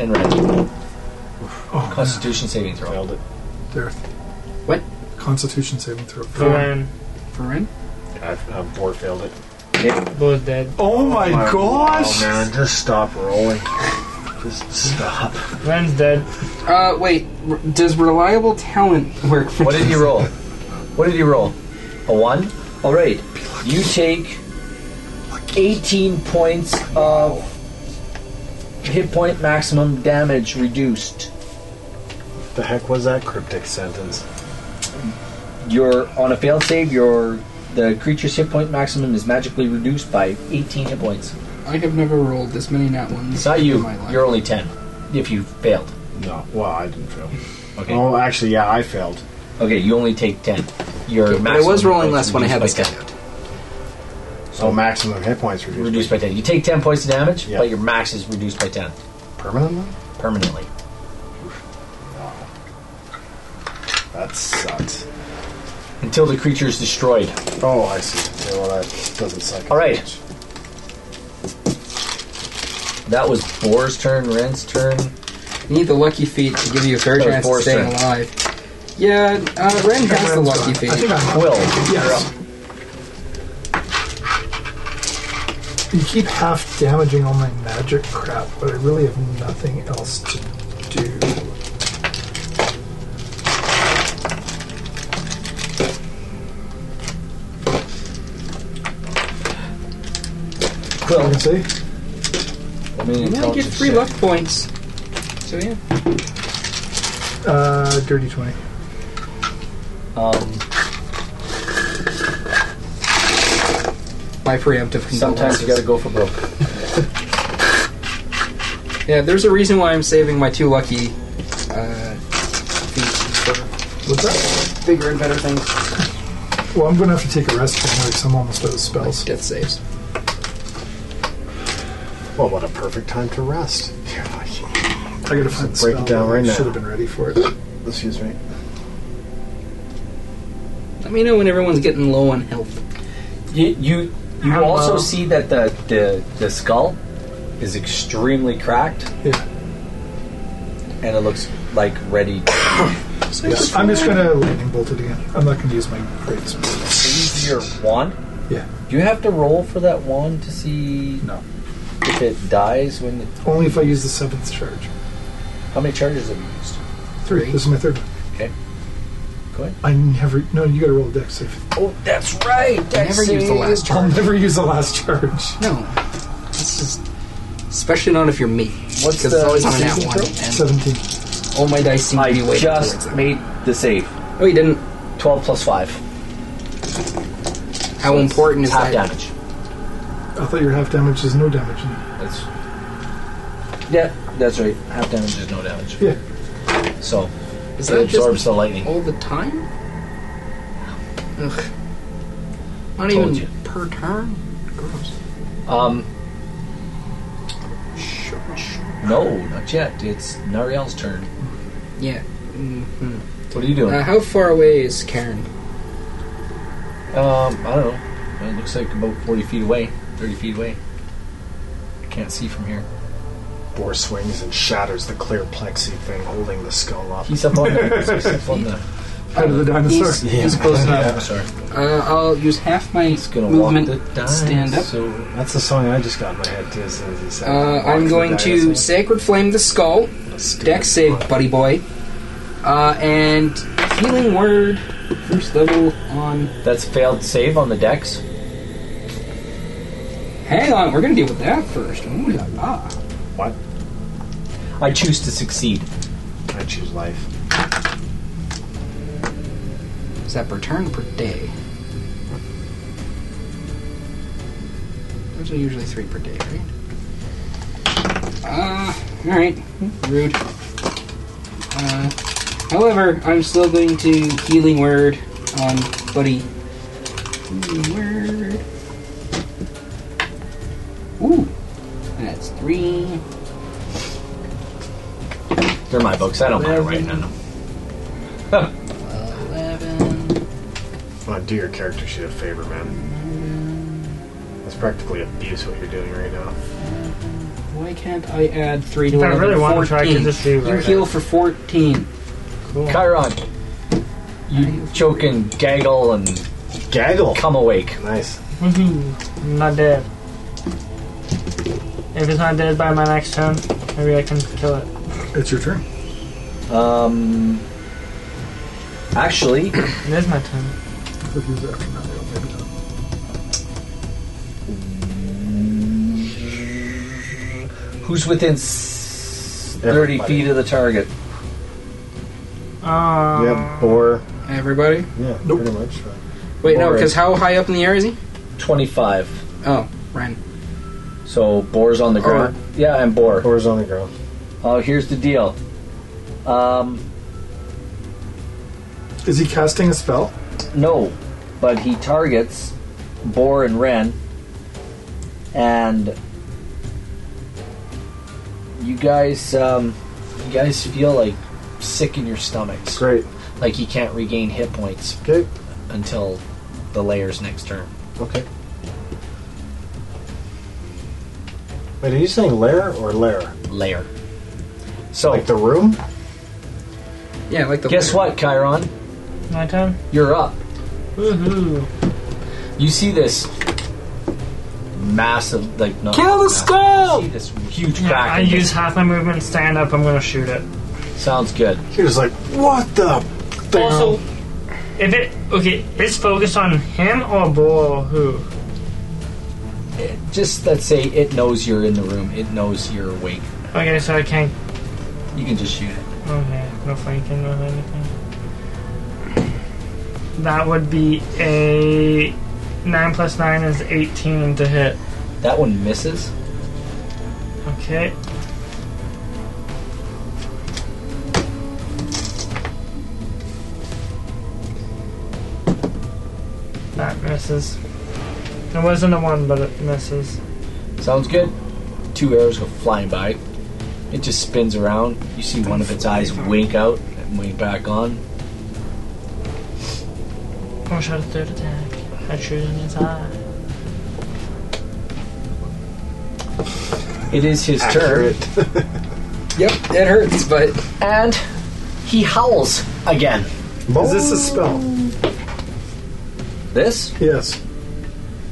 [SPEAKER 4] and Red.
[SPEAKER 3] Oh,
[SPEAKER 4] Constitution saving throw.
[SPEAKER 6] Failed it.
[SPEAKER 3] Darth.
[SPEAKER 2] What?
[SPEAKER 3] Constitution saving throw.
[SPEAKER 5] For Ren.
[SPEAKER 2] For Ren?
[SPEAKER 6] I, uh, Boar failed it.
[SPEAKER 5] Both dead.
[SPEAKER 3] Oh my
[SPEAKER 6] Wow,
[SPEAKER 3] gosh!
[SPEAKER 6] Oh, man, just stop rolling. Just stop.
[SPEAKER 5] Ren's dead.
[SPEAKER 2] Uh, wait. R- does reliable talent work for
[SPEAKER 4] What did he roll? What did he roll? A one? All right. You take 18 points of hit point maximum damage reduced.
[SPEAKER 6] the heck was that cryptic sentence?
[SPEAKER 4] You're on a failed save, your the creature's hit point maximum is magically reduced by 18 hit points.
[SPEAKER 2] I have never rolled this many nat ones.
[SPEAKER 4] It's not you.
[SPEAKER 2] In my life.
[SPEAKER 4] You're only 10 if you failed.
[SPEAKER 6] No. Well, I didn't fail.
[SPEAKER 4] Okay.
[SPEAKER 6] Oh, actually, yeah, I failed.
[SPEAKER 4] Okay, you only take 10. Your
[SPEAKER 2] Okay, but I
[SPEAKER 4] maximum
[SPEAKER 2] was rolling
[SPEAKER 4] points
[SPEAKER 2] less when I had this
[SPEAKER 4] reduced
[SPEAKER 2] guy
[SPEAKER 4] by
[SPEAKER 2] out.
[SPEAKER 6] So maximum hit points
[SPEAKER 4] 10.
[SPEAKER 6] reduced.
[SPEAKER 4] Reduced by 10. You take 10 points of damage,
[SPEAKER 6] Yeah.
[SPEAKER 4] but your max is reduced by 10
[SPEAKER 6] permanently.
[SPEAKER 4] permanently.
[SPEAKER 6] That sucks.
[SPEAKER 4] Until the creature is destroyed.
[SPEAKER 6] Oh, I see. Yeah, well, that doesn't suck.
[SPEAKER 4] All right. That was Boar's turn, Ren's turn.
[SPEAKER 2] You need the lucky feet to give you a fair
[SPEAKER 4] That was eh?
[SPEAKER 2] chance of
[SPEAKER 4] Boar's
[SPEAKER 2] staying
[SPEAKER 4] turn.
[SPEAKER 2] alive. Yeah, uh, Ren has the
[SPEAKER 3] Ren's
[SPEAKER 2] lucky
[SPEAKER 3] gone. I think
[SPEAKER 2] feet.
[SPEAKER 3] I'm
[SPEAKER 4] Quill.
[SPEAKER 3] Yes.
[SPEAKER 4] you're up.
[SPEAKER 3] You keep half damaging all my magic crap, but I really have nothing else to do. I
[SPEAKER 4] Quill.
[SPEAKER 3] can see.
[SPEAKER 4] I mean,
[SPEAKER 2] Yeah, I get
[SPEAKER 4] intelligence
[SPEAKER 2] free
[SPEAKER 4] check.
[SPEAKER 2] luck points. So yeah.
[SPEAKER 3] Uh, dirty 20.
[SPEAKER 4] Um,
[SPEAKER 2] By preemptive
[SPEAKER 4] sometimes you gotta
[SPEAKER 2] condolences.
[SPEAKER 4] go for broke.
[SPEAKER 2] Yeah, there's a reason why I'm saving my two lucky uh, feet for
[SPEAKER 3] What's that?
[SPEAKER 2] bigger and better things.
[SPEAKER 3] Well, I'm going to have to take a rest from because I'm almost out of spells.
[SPEAKER 2] Death saves.
[SPEAKER 6] Well, what a perfect time to rest. You're like-
[SPEAKER 3] I got to find the
[SPEAKER 6] Break it
[SPEAKER 3] spell.
[SPEAKER 6] down right
[SPEAKER 3] I
[SPEAKER 6] now.
[SPEAKER 3] should have been ready for it.
[SPEAKER 6] Excuse me.
[SPEAKER 2] Let me know when everyone's getting low on health.
[SPEAKER 4] You you, you
[SPEAKER 5] Hello.
[SPEAKER 4] also see that the, the the skull is extremely cracked
[SPEAKER 3] Yeah.
[SPEAKER 4] and it looks like ready. to
[SPEAKER 3] Yeah, I'm just going to lightning bolt it again. I'm not going to use my great spell.
[SPEAKER 4] use your wand.
[SPEAKER 3] Yeah.
[SPEAKER 4] Do you have to roll for that wand to see
[SPEAKER 3] No.
[SPEAKER 4] if it dies when? It,
[SPEAKER 3] Only if I use the seventh charge.
[SPEAKER 4] how many charges have you used?
[SPEAKER 3] Three. This is my third one.
[SPEAKER 4] Okay. Go ahead.
[SPEAKER 3] I never. No, you got to roll a dex save.
[SPEAKER 4] Oh, that's right.
[SPEAKER 2] I never used the last
[SPEAKER 3] I'll
[SPEAKER 2] charge.
[SPEAKER 3] never use the last charge.
[SPEAKER 2] No. This is especially not if you're me.
[SPEAKER 4] What's
[SPEAKER 2] 'Cause
[SPEAKER 4] the
[SPEAKER 2] it's always on that
[SPEAKER 4] saving
[SPEAKER 2] one.
[SPEAKER 4] throw?
[SPEAKER 2] And
[SPEAKER 3] 17.
[SPEAKER 4] Oh,
[SPEAKER 2] all my dice seem to be
[SPEAKER 4] I
[SPEAKER 2] way
[SPEAKER 4] just made the save.
[SPEAKER 2] Oh, you didn't.
[SPEAKER 4] Twelve plus five.
[SPEAKER 2] How important is
[SPEAKER 4] Half
[SPEAKER 2] that?
[SPEAKER 4] damage.
[SPEAKER 3] I thought your half damage is no damage.
[SPEAKER 4] That's. Yeah, that's right. Half damage is no damage.
[SPEAKER 3] Yeah.
[SPEAKER 4] So
[SPEAKER 2] Is
[SPEAKER 4] it
[SPEAKER 2] that
[SPEAKER 4] absorbs
[SPEAKER 2] just
[SPEAKER 4] the lightning.
[SPEAKER 2] all the time? Ugh. Not
[SPEAKER 4] Told
[SPEAKER 2] even
[SPEAKER 4] you.
[SPEAKER 2] per turn. Gross.
[SPEAKER 4] Um,
[SPEAKER 2] Oh. Sure.
[SPEAKER 4] no, not yet. It's Nariel's turn.
[SPEAKER 2] Yeah. hmm
[SPEAKER 4] What are you doing?
[SPEAKER 2] Now, how far away is Karen?
[SPEAKER 4] Um, I don't know. It looks like about 40 feet away, 30 feet away. Can't see from here.
[SPEAKER 6] Boar swings and shatters the clear plexi thing holding the skull up.
[SPEAKER 4] He's up on the. he's up on the.
[SPEAKER 3] Head of the dinosaur.
[SPEAKER 2] He's, he's close enough.
[SPEAKER 4] I'm sorry.
[SPEAKER 2] Uh, I'll use half my
[SPEAKER 4] He's gonna
[SPEAKER 2] movement.
[SPEAKER 4] walk the
[SPEAKER 2] stand up.
[SPEAKER 4] So
[SPEAKER 6] That's the song I just got in my head too. As soon as he said,
[SPEAKER 2] Uh,
[SPEAKER 6] Walk
[SPEAKER 2] I'm
[SPEAKER 6] the
[SPEAKER 2] going to
[SPEAKER 6] dinosaur.
[SPEAKER 2] Sacred Flame the Skull.
[SPEAKER 6] Stupid
[SPEAKER 2] Deck save,
[SPEAKER 6] fuck.
[SPEAKER 2] buddy boy. Uh, and Healing Word. First level on.
[SPEAKER 4] that's failed save on the decks.
[SPEAKER 2] Hang on, we're gonna deal with that first. Ooh Ah. la la.
[SPEAKER 6] What?
[SPEAKER 4] I choose to succeed.
[SPEAKER 6] I choose life.
[SPEAKER 2] Is that per turn or per day? Those are usually three per day, right? Uh, alright. Rude. Uh, however, I'm still going to Healing Word on Buddy. Healing Word. Ooh. That's It's three.
[SPEAKER 4] They're my books. I don't mind writing on them.
[SPEAKER 2] 11.
[SPEAKER 6] Uh, do your character sheet a favor, man. That's practically abuse what you're doing right now.
[SPEAKER 2] Why can't I add three to
[SPEAKER 5] If I
[SPEAKER 2] eleven?
[SPEAKER 5] really wanted to, I could
[SPEAKER 2] 14.
[SPEAKER 5] just do
[SPEAKER 2] You
[SPEAKER 5] right
[SPEAKER 2] heal for 14.
[SPEAKER 4] Chiron, you choke and gaggle and
[SPEAKER 6] Gaggle.
[SPEAKER 4] come awake.
[SPEAKER 6] Nice.
[SPEAKER 5] Woohoo. I'm not dead. If it's not dead by my next turn, maybe I can kill it.
[SPEAKER 3] It's your turn.
[SPEAKER 4] Um, actually,
[SPEAKER 5] It is my turn.
[SPEAKER 3] If he's after Mario, maybe not.
[SPEAKER 4] who's within s- thirty
[SPEAKER 6] Everybody.
[SPEAKER 4] feet of the target?
[SPEAKER 5] Um,
[SPEAKER 6] yeah, boar.
[SPEAKER 2] Everybody?
[SPEAKER 6] Yeah,
[SPEAKER 3] Nope.
[SPEAKER 6] pretty much. right.
[SPEAKER 2] Wait, no,
[SPEAKER 4] Boris.
[SPEAKER 2] because how high up in the air is he?
[SPEAKER 4] Twenty-five.
[SPEAKER 2] Oh, Ryan.
[SPEAKER 4] So boar's on the
[SPEAKER 2] Or-
[SPEAKER 4] ground. Yeah, I'm boar.
[SPEAKER 6] Boar's on the ground.
[SPEAKER 4] Oh, here's the deal. Um,
[SPEAKER 3] Is he casting a spell?
[SPEAKER 4] No, but he targets Boar and Ren, and you guys, um, you guys feel like sick in your stomachs,
[SPEAKER 6] Great.
[SPEAKER 4] like you can't regain hit points
[SPEAKER 6] Okay.
[SPEAKER 4] until the layer's next turn.
[SPEAKER 6] Okay. Wait, are you saying lair or lair?
[SPEAKER 4] Layer. So
[SPEAKER 6] Like the room?
[SPEAKER 2] Yeah, like the.
[SPEAKER 4] guess what, Chiron?
[SPEAKER 5] My turn?
[SPEAKER 4] You're up.
[SPEAKER 5] Woohoo.
[SPEAKER 4] You see this massive, like no,
[SPEAKER 2] Kill the
[SPEAKER 4] massive-
[SPEAKER 2] skull!
[SPEAKER 4] You see this huge
[SPEAKER 5] Yeah,
[SPEAKER 4] crack.
[SPEAKER 5] I
[SPEAKER 4] in
[SPEAKER 5] use half my movement, and stand up, I'm gonna shoot it.
[SPEAKER 4] this. Sounds good.
[SPEAKER 6] He was like, what the? thing?"
[SPEAKER 5] Also, if it. Okay, it's focused on him or Bull who?
[SPEAKER 4] Just let's say it knows you're in the room. It knows you're awake.
[SPEAKER 5] Okay, so I can't.
[SPEAKER 4] You can just shoot it.
[SPEAKER 5] Okay, no flanking or anything. That would be a. 9 plus 9 is 18 to hit.
[SPEAKER 4] That one misses.
[SPEAKER 5] Okay. That misses. It wasn't a one, but it misses.
[SPEAKER 4] Sounds good. Two arrows go flying by. It just spins around. You see one of its eyes wink out and wink back on.
[SPEAKER 5] One shot a third attack. I shoot in his eye.
[SPEAKER 4] It is his turn,
[SPEAKER 6] Accurate.
[SPEAKER 2] Yep, it hurts, but.
[SPEAKER 4] and he howls again.
[SPEAKER 3] Is this a spell?
[SPEAKER 4] This?
[SPEAKER 3] Yes.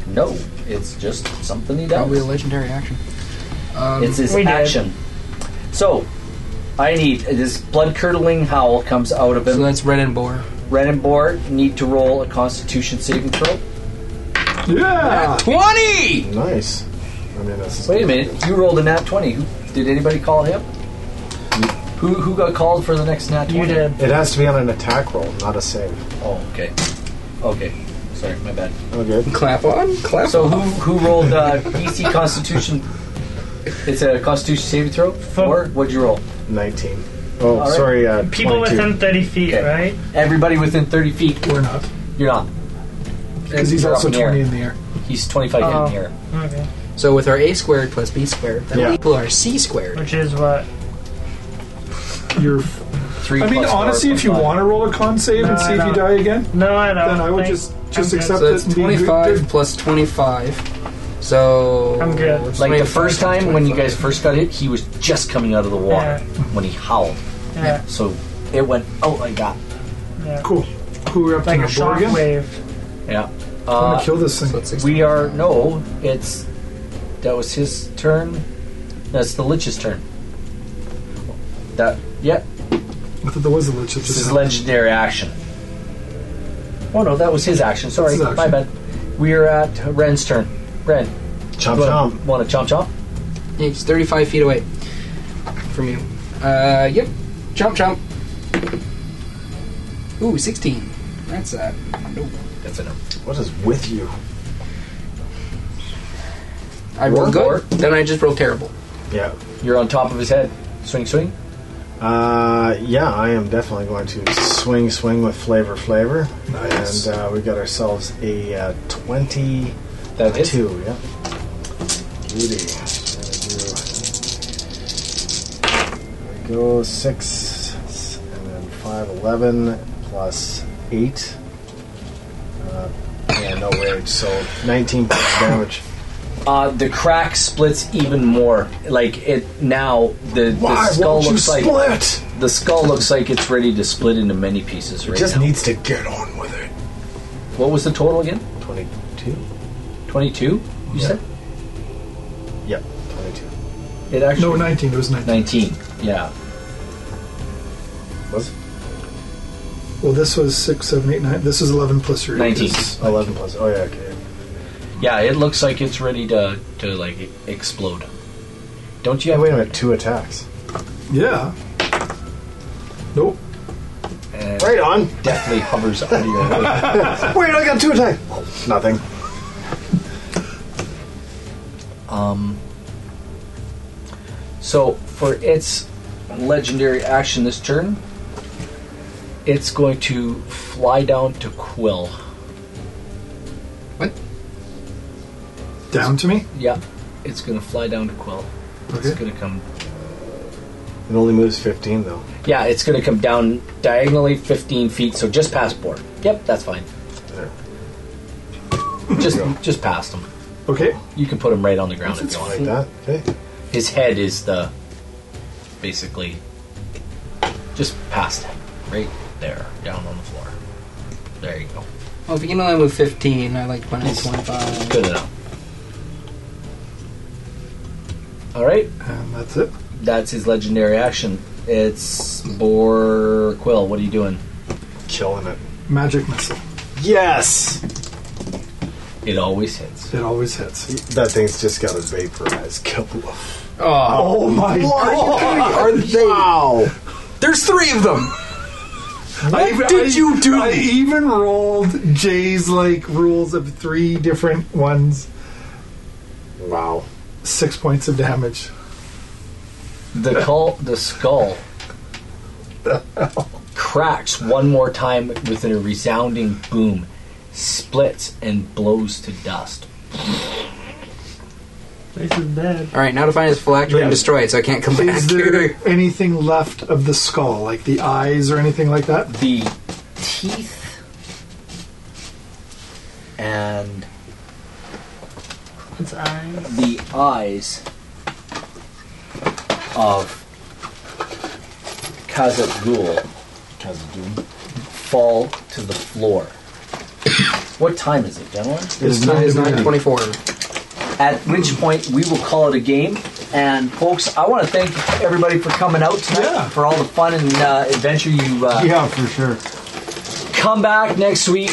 [SPEAKER 4] No, it's just something he
[SPEAKER 2] Probably a
[SPEAKER 4] does.
[SPEAKER 2] legendary action. Um,
[SPEAKER 4] It's his
[SPEAKER 5] We did.
[SPEAKER 4] action. So, I need this blood curdling howl comes out of
[SPEAKER 2] so
[SPEAKER 4] him.
[SPEAKER 2] that's red and boar.
[SPEAKER 4] Ren and Boar need to roll a Constitution saving throw.
[SPEAKER 3] Yeah.
[SPEAKER 4] 20!
[SPEAKER 6] Nice. I mean, that's.
[SPEAKER 4] Wait a minute, you rolled a nat 20. Who, did anybody call him? Who, who got called for the next nat 20?
[SPEAKER 5] You did.
[SPEAKER 6] It has to be on an attack roll, not a save.
[SPEAKER 4] Oh, okay. Okay. Sorry, my bad.
[SPEAKER 6] Oh, good.
[SPEAKER 2] Clap on, clap
[SPEAKER 4] So who who rolled uh, DC Constitution? It's a Constitution saving throw. Four. What'd you roll?
[SPEAKER 6] 19. Oh,
[SPEAKER 4] right.
[SPEAKER 6] sorry. Uh,
[SPEAKER 5] People
[SPEAKER 6] 22.
[SPEAKER 5] within 30 feet,
[SPEAKER 4] Okay.
[SPEAKER 5] right?
[SPEAKER 4] Everybody within thirty feet.
[SPEAKER 3] We're not.
[SPEAKER 4] You're not.
[SPEAKER 3] Because he's
[SPEAKER 4] You're up
[SPEAKER 3] also
[SPEAKER 4] in the air.
[SPEAKER 3] 20 in the air.
[SPEAKER 4] He's twenty-five
[SPEAKER 5] Oh.
[SPEAKER 4] in here.
[SPEAKER 5] Okay.
[SPEAKER 2] So with our a squared plus b squared, that
[SPEAKER 6] Yeah.
[SPEAKER 2] will equal our c squared.
[SPEAKER 5] Which is what?
[SPEAKER 3] You're.
[SPEAKER 4] Three.
[SPEAKER 3] I mean,
[SPEAKER 4] plus four
[SPEAKER 3] honestly,
[SPEAKER 4] plus
[SPEAKER 3] if you
[SPEAKER 4] five.
[SPEAKER 3] want to roll a con save and
[SPEAKER 5] No,
[SPEAKER 3] see
[SPEAKER 5] I
[SPEAKER 3] if you
[SPEAKER 5] don't.
[SPEAKER 3] die again,
[SPEAKER 5] No, I don't.
[SPEAKER 3] then I would
[SPEAKER 5] think-
[SPEAKER 3] just just
[SPEAKER 5] I'm good.
[SPEAKER 3] accept
[SPEAKER 2] So that's
[SPEAKER 3] that. and be good.
[SPEAKER 2] 25 plus 25. So
[SPEAKER 5] I'm good.
[SPEAKER 2] it's
[SPEAKER 4] Like the
[SPEAKER 2] 25
[SPEAKER 4] first
[SPEAKER 2] plus
[SPEAKER 4] time when you
[SPEAKER 2] 25.
[SPEAKER 4] guys first got hit, he was just coming out of the water
[SPEAKER 5] Yeah.
[SPEAKER 4] when he howled.
[SPEAKER 5] Yeah,
[SPEAKER 4] So it went oh, out like that.
[SPEAKER 5] yeah.
[SPEAKER 3] Cool. Who are up
[SPEAKER 5] Like
[SPEAKER 3] to
[SPEAKER 5] a
[SPEAKER 3] the board again?
[SPEAKER 5] shockwave.
[SPEAKER 4] Yeah.
[SPEAKER 3] I'm
[SPEAKER 4] Uh,
[SPEAKER 3] gonna kill this
[SPEAKER 2] So
[SPEAKER 3] thing.
[SPEAKER 2] it's 60.
[SPEAKER 4] we are no. It's that was his turn. That's the lich's turn. That yeah.
[SPEAKER 3] I thought there was a lich. that
[SPEAKER 4] This
[SPEAKER 3] just
[SPEAKER 4] is
[SPEAKER 3] happened.
[SPEAKER 4] legendary action. Oh no, that was his action. Sorry,
[SPEAKER 3] This is
[SPEAKER 4] my
[SPEAKER 3] action.
[SPEAKER 4] bad. We're at Ren's turn. Ren,
[SPEAKER 6] Chomp
[SPEAKER 4] want,
[SPEAKER 6] chomp.
[SPEAKER 4] want to chomp chomp?
[SPEAKER 2] Yeah, he's 35 feet away from you. Uh, yep. Jump, jump. Ooh, 16. That's uh, that.
[SPEAKER 4] That's it.
[SPEAKER 6] What is with you?
[SPEAKER 2] I rolled
[SPEAKER 4] Roll
[SPEAKER 2] good, then I just rolled terrible.
[SPEAKER 6] Yeah.
[SPEAKER 4] You're on top of his head. Swing, swing.
[SPEAKER 6] Uh, yeah, I am definitely going to swing, swing with flavor, flavor.
[SPEAKER 3] Nice.
[SPEAKER 6] And uh, we got ourselves a uh, 22.
[SPEAKER 4] That hits.
[SPEAKER 6] Yeah. Beauty. Go six, s- and then five, eleven plus eight. Uh, yeah, no rage. So nineteen points of damage.
[SPEAKER 4] Uh, the crack splits even more. Like it now, the, the skull looks like
[SPEAKER 6] split?
[SPEAKER 4] the skull looks like it's ready to split into many pieces right
[SPEAKER 6] Just
[SPEAKER 4] now.
[SPEAKER 6] needs to get on with it.
[SPEAKER 4] what was the total again?
[SPEAKER 6] Twenty-two.
[SPEAKER 4] Twenty-two. You
[SPEAKER 6] Yeah.
[SPEAKER 4] said
[SPEAKER 6] Yep, twenty-two.
[SPEAKER 4] it actually
[SPEAKER 3] No, 19. It was 19.
[SPEAKER 4] nineteen. Yeah.
[SPEAKER 6] Was it?
[SPEAKER 3] Well, this was 6, 7, 8, 9. This is 11 plus your
[SPEAKER 4] 19.
[SPEAKER 3] is-
[SPEAKER 6] eleven plus? Oh yeah, okay.
[SPEAKER 4] Yeah, it looks like it's ready to to like explode. Don't you
[SPEAKER 6] Yeah,
[SPEAKER 4] have?
[SPEAKER 6] wait a minute. Two attacks.
[SPEAKER 3] Yeah. Nope.
[SPEAKER 4] And
[SPEAKER 6] Right on.
[SPEAKER 4] Definitely hovers under your head.
[SPEAKER 6] Wait, I got two attacks. Nothing.
[SPEAKER 4] Um. So for its legendary action this turn, it's going to fly down to Quill.
[SPEAKER 3] Down to me?
[SPEAKER 4] Yeah, it's going to fly down to Quill. It's
[SPEAKER 3] Okay.
[SPEAKER 4] going to come.
[SPEAKER 6] It only moves fifteen though.
[SPEAKER 4] Yeah, it's going to come down diagonally 15 feet, so just past board. Yep, that's fine.
[SPEAKER 6] There.
[SPEAKER 4] Just just past him.
[SPEAKER 3] Okay.
[SPEAKER 4] You can put him right on the ground if you want.
[SPEAKER 6] Like that. Okay.
[SPEAKER 4] His head is the basically just past him, right there, down on the floor. There you go.
[SPEAKER 2] Well, Oh, if you can only move 15, I like when I 25.
[SPEAKER 4] Good enough. All right,
[SPEAKER 3] And that's it.
[SPEAKER 4] that's his legendary action. It's Boar Quill. What are you doing?
[SPEAKER 6] Killing it.
[SPEAKER 3] Magic missile.
[SPEAKER 6] Yes.
[SPEAKER 4] It always hits.
[SPEAKER 3] It always hits.
[SPEAKER 6] That thing's just got a vaporized couple of.
[SPEAKER 2] Oh,
[SPEAKER 3] Oh my
[SPEAKER 6] Are they? Wow.
[SPEAKER 2] there's three of them.
[SPEAKER 3] What
[SPEAKER 2] did you do?
[SPEAKER 3] I even rolled Jay's like rules of three different ones.
[SPEAKER 6] Wow.
[SPEAKER 3] Six points of damage.
[SPEAKER 4] The cul- the skull cracks one more time with a resounding boom, splits and blows to dust.
[SPEAKER 5] This is dead.
[SPEAKER 2] All right, now to find his phylactery and
[SPEAKER 3] Yeah.
[SPEAKER 2] destroy it, so I can't come back
[SPEAKER 3] Is there
[SPEAKER 2] here.
[SPEAKER 3] anything left of the skull, like the eyes or anything like that?
[SPEAKER 4] the teeth and
[SPEAKER 5] Its eyes.
[SPEAKER 4] the eyes of Kazagul fall to the floor. what time is it, gentlemen?
[SPEAKER 3] It's
[SPEAKER 2] It is
[SPEAKER 3] nine to
[SPEAKER 2] 924.
[SPEAKER 4] At which point we will call it a game. And folks, I want to thank everybody for coming out tonight,
[SPEAKER 3] Yeah.
[SPEAKER 4] for all the fun and uh, adventure you uh,
[SPEAKER 6] Yeah, for sure.
[SPEAKER 4] come back next week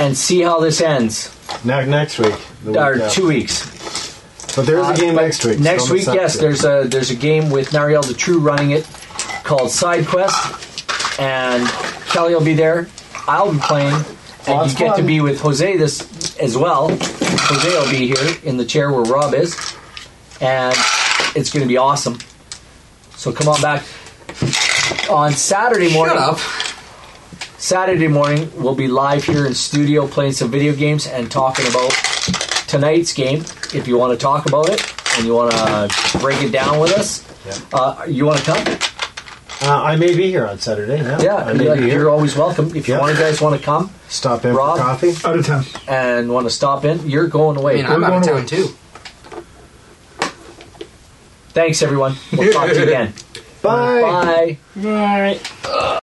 [SPEAKER 4] and see how this ends.
[SPEAKER 6] Now next week. the week
[SPEAKER 4] Or
[SPEAKER 6] after.
[SPEAKER 4] two weeks.
[SPEAKER 6] But there's a game
[SPEAKER 4] But
[SPEAKER 6] next week. so
[SPEAKER 4] Next
[SPEAKER 6] don't
[SPEAKER 4] week,
[SPEAKER 6] miss
[SPEAKER 4] yes,
[SPEAKER 6] that.
[SPEAKER 4] there's a there's a game with Nariel the True running it called Side Quest, and Kelly will be there. I'll be playing, and
[SPEAKER 6] Lots
[SPEAKER 4] you get to
[SPEAKER 6] fun.
[SPEAKER 4] be with Jose this as well. Jose will be here in the chair where Rob is, and it's going to be awesome. So come on back on Saturday morning.
[SPEAKER 2] Shut up.
[SPEAKER 4] Saturday morning, we'll be live here in studio playing some video games and talking about tonight's game. If you want to talk about it and you want to break it down with us,
[SPEAKER 6] Yeah.
[SPEAKER 4] uh, you want to come?
[SPEAKER 6] Uh, I may be here on Saturday. Yeah.
[SPEAKER 4] Yeah,
[SPEAKER 6] I may
[SPEAKER 4] you're,
[SPEAKER 6] be here.
[SPEAKER 4] you're always welcome. If you
[SPEAKER 6] Yeah.
[SPEAKER 4] want, guys want to come
[SPEAKER 6] Stop in
[SPEAKER 4] Rob?
[SPEAKER 6] for coffee.
[SPEAKER 3] Out of town.
[SPEAKER 4] and want to stop in, you're going
[SPEAKER 2] I
[SPEAKER 4] away.
[SPEAKER 2] mean, I'm
[SPEAKER 3] We're
[SPEAKER 2] out of
[SPEAKER 3] going
[SPEAKER 2] town
[SPEAKER 3] away.
[SPEAKER 2] too.
[SPEAKER 4] Thanks, everyone. We'll talk to you again.
[SPEAKER 6] Bye.
[SPEAKER 4] Bye.
[SPEAKER 5] Right.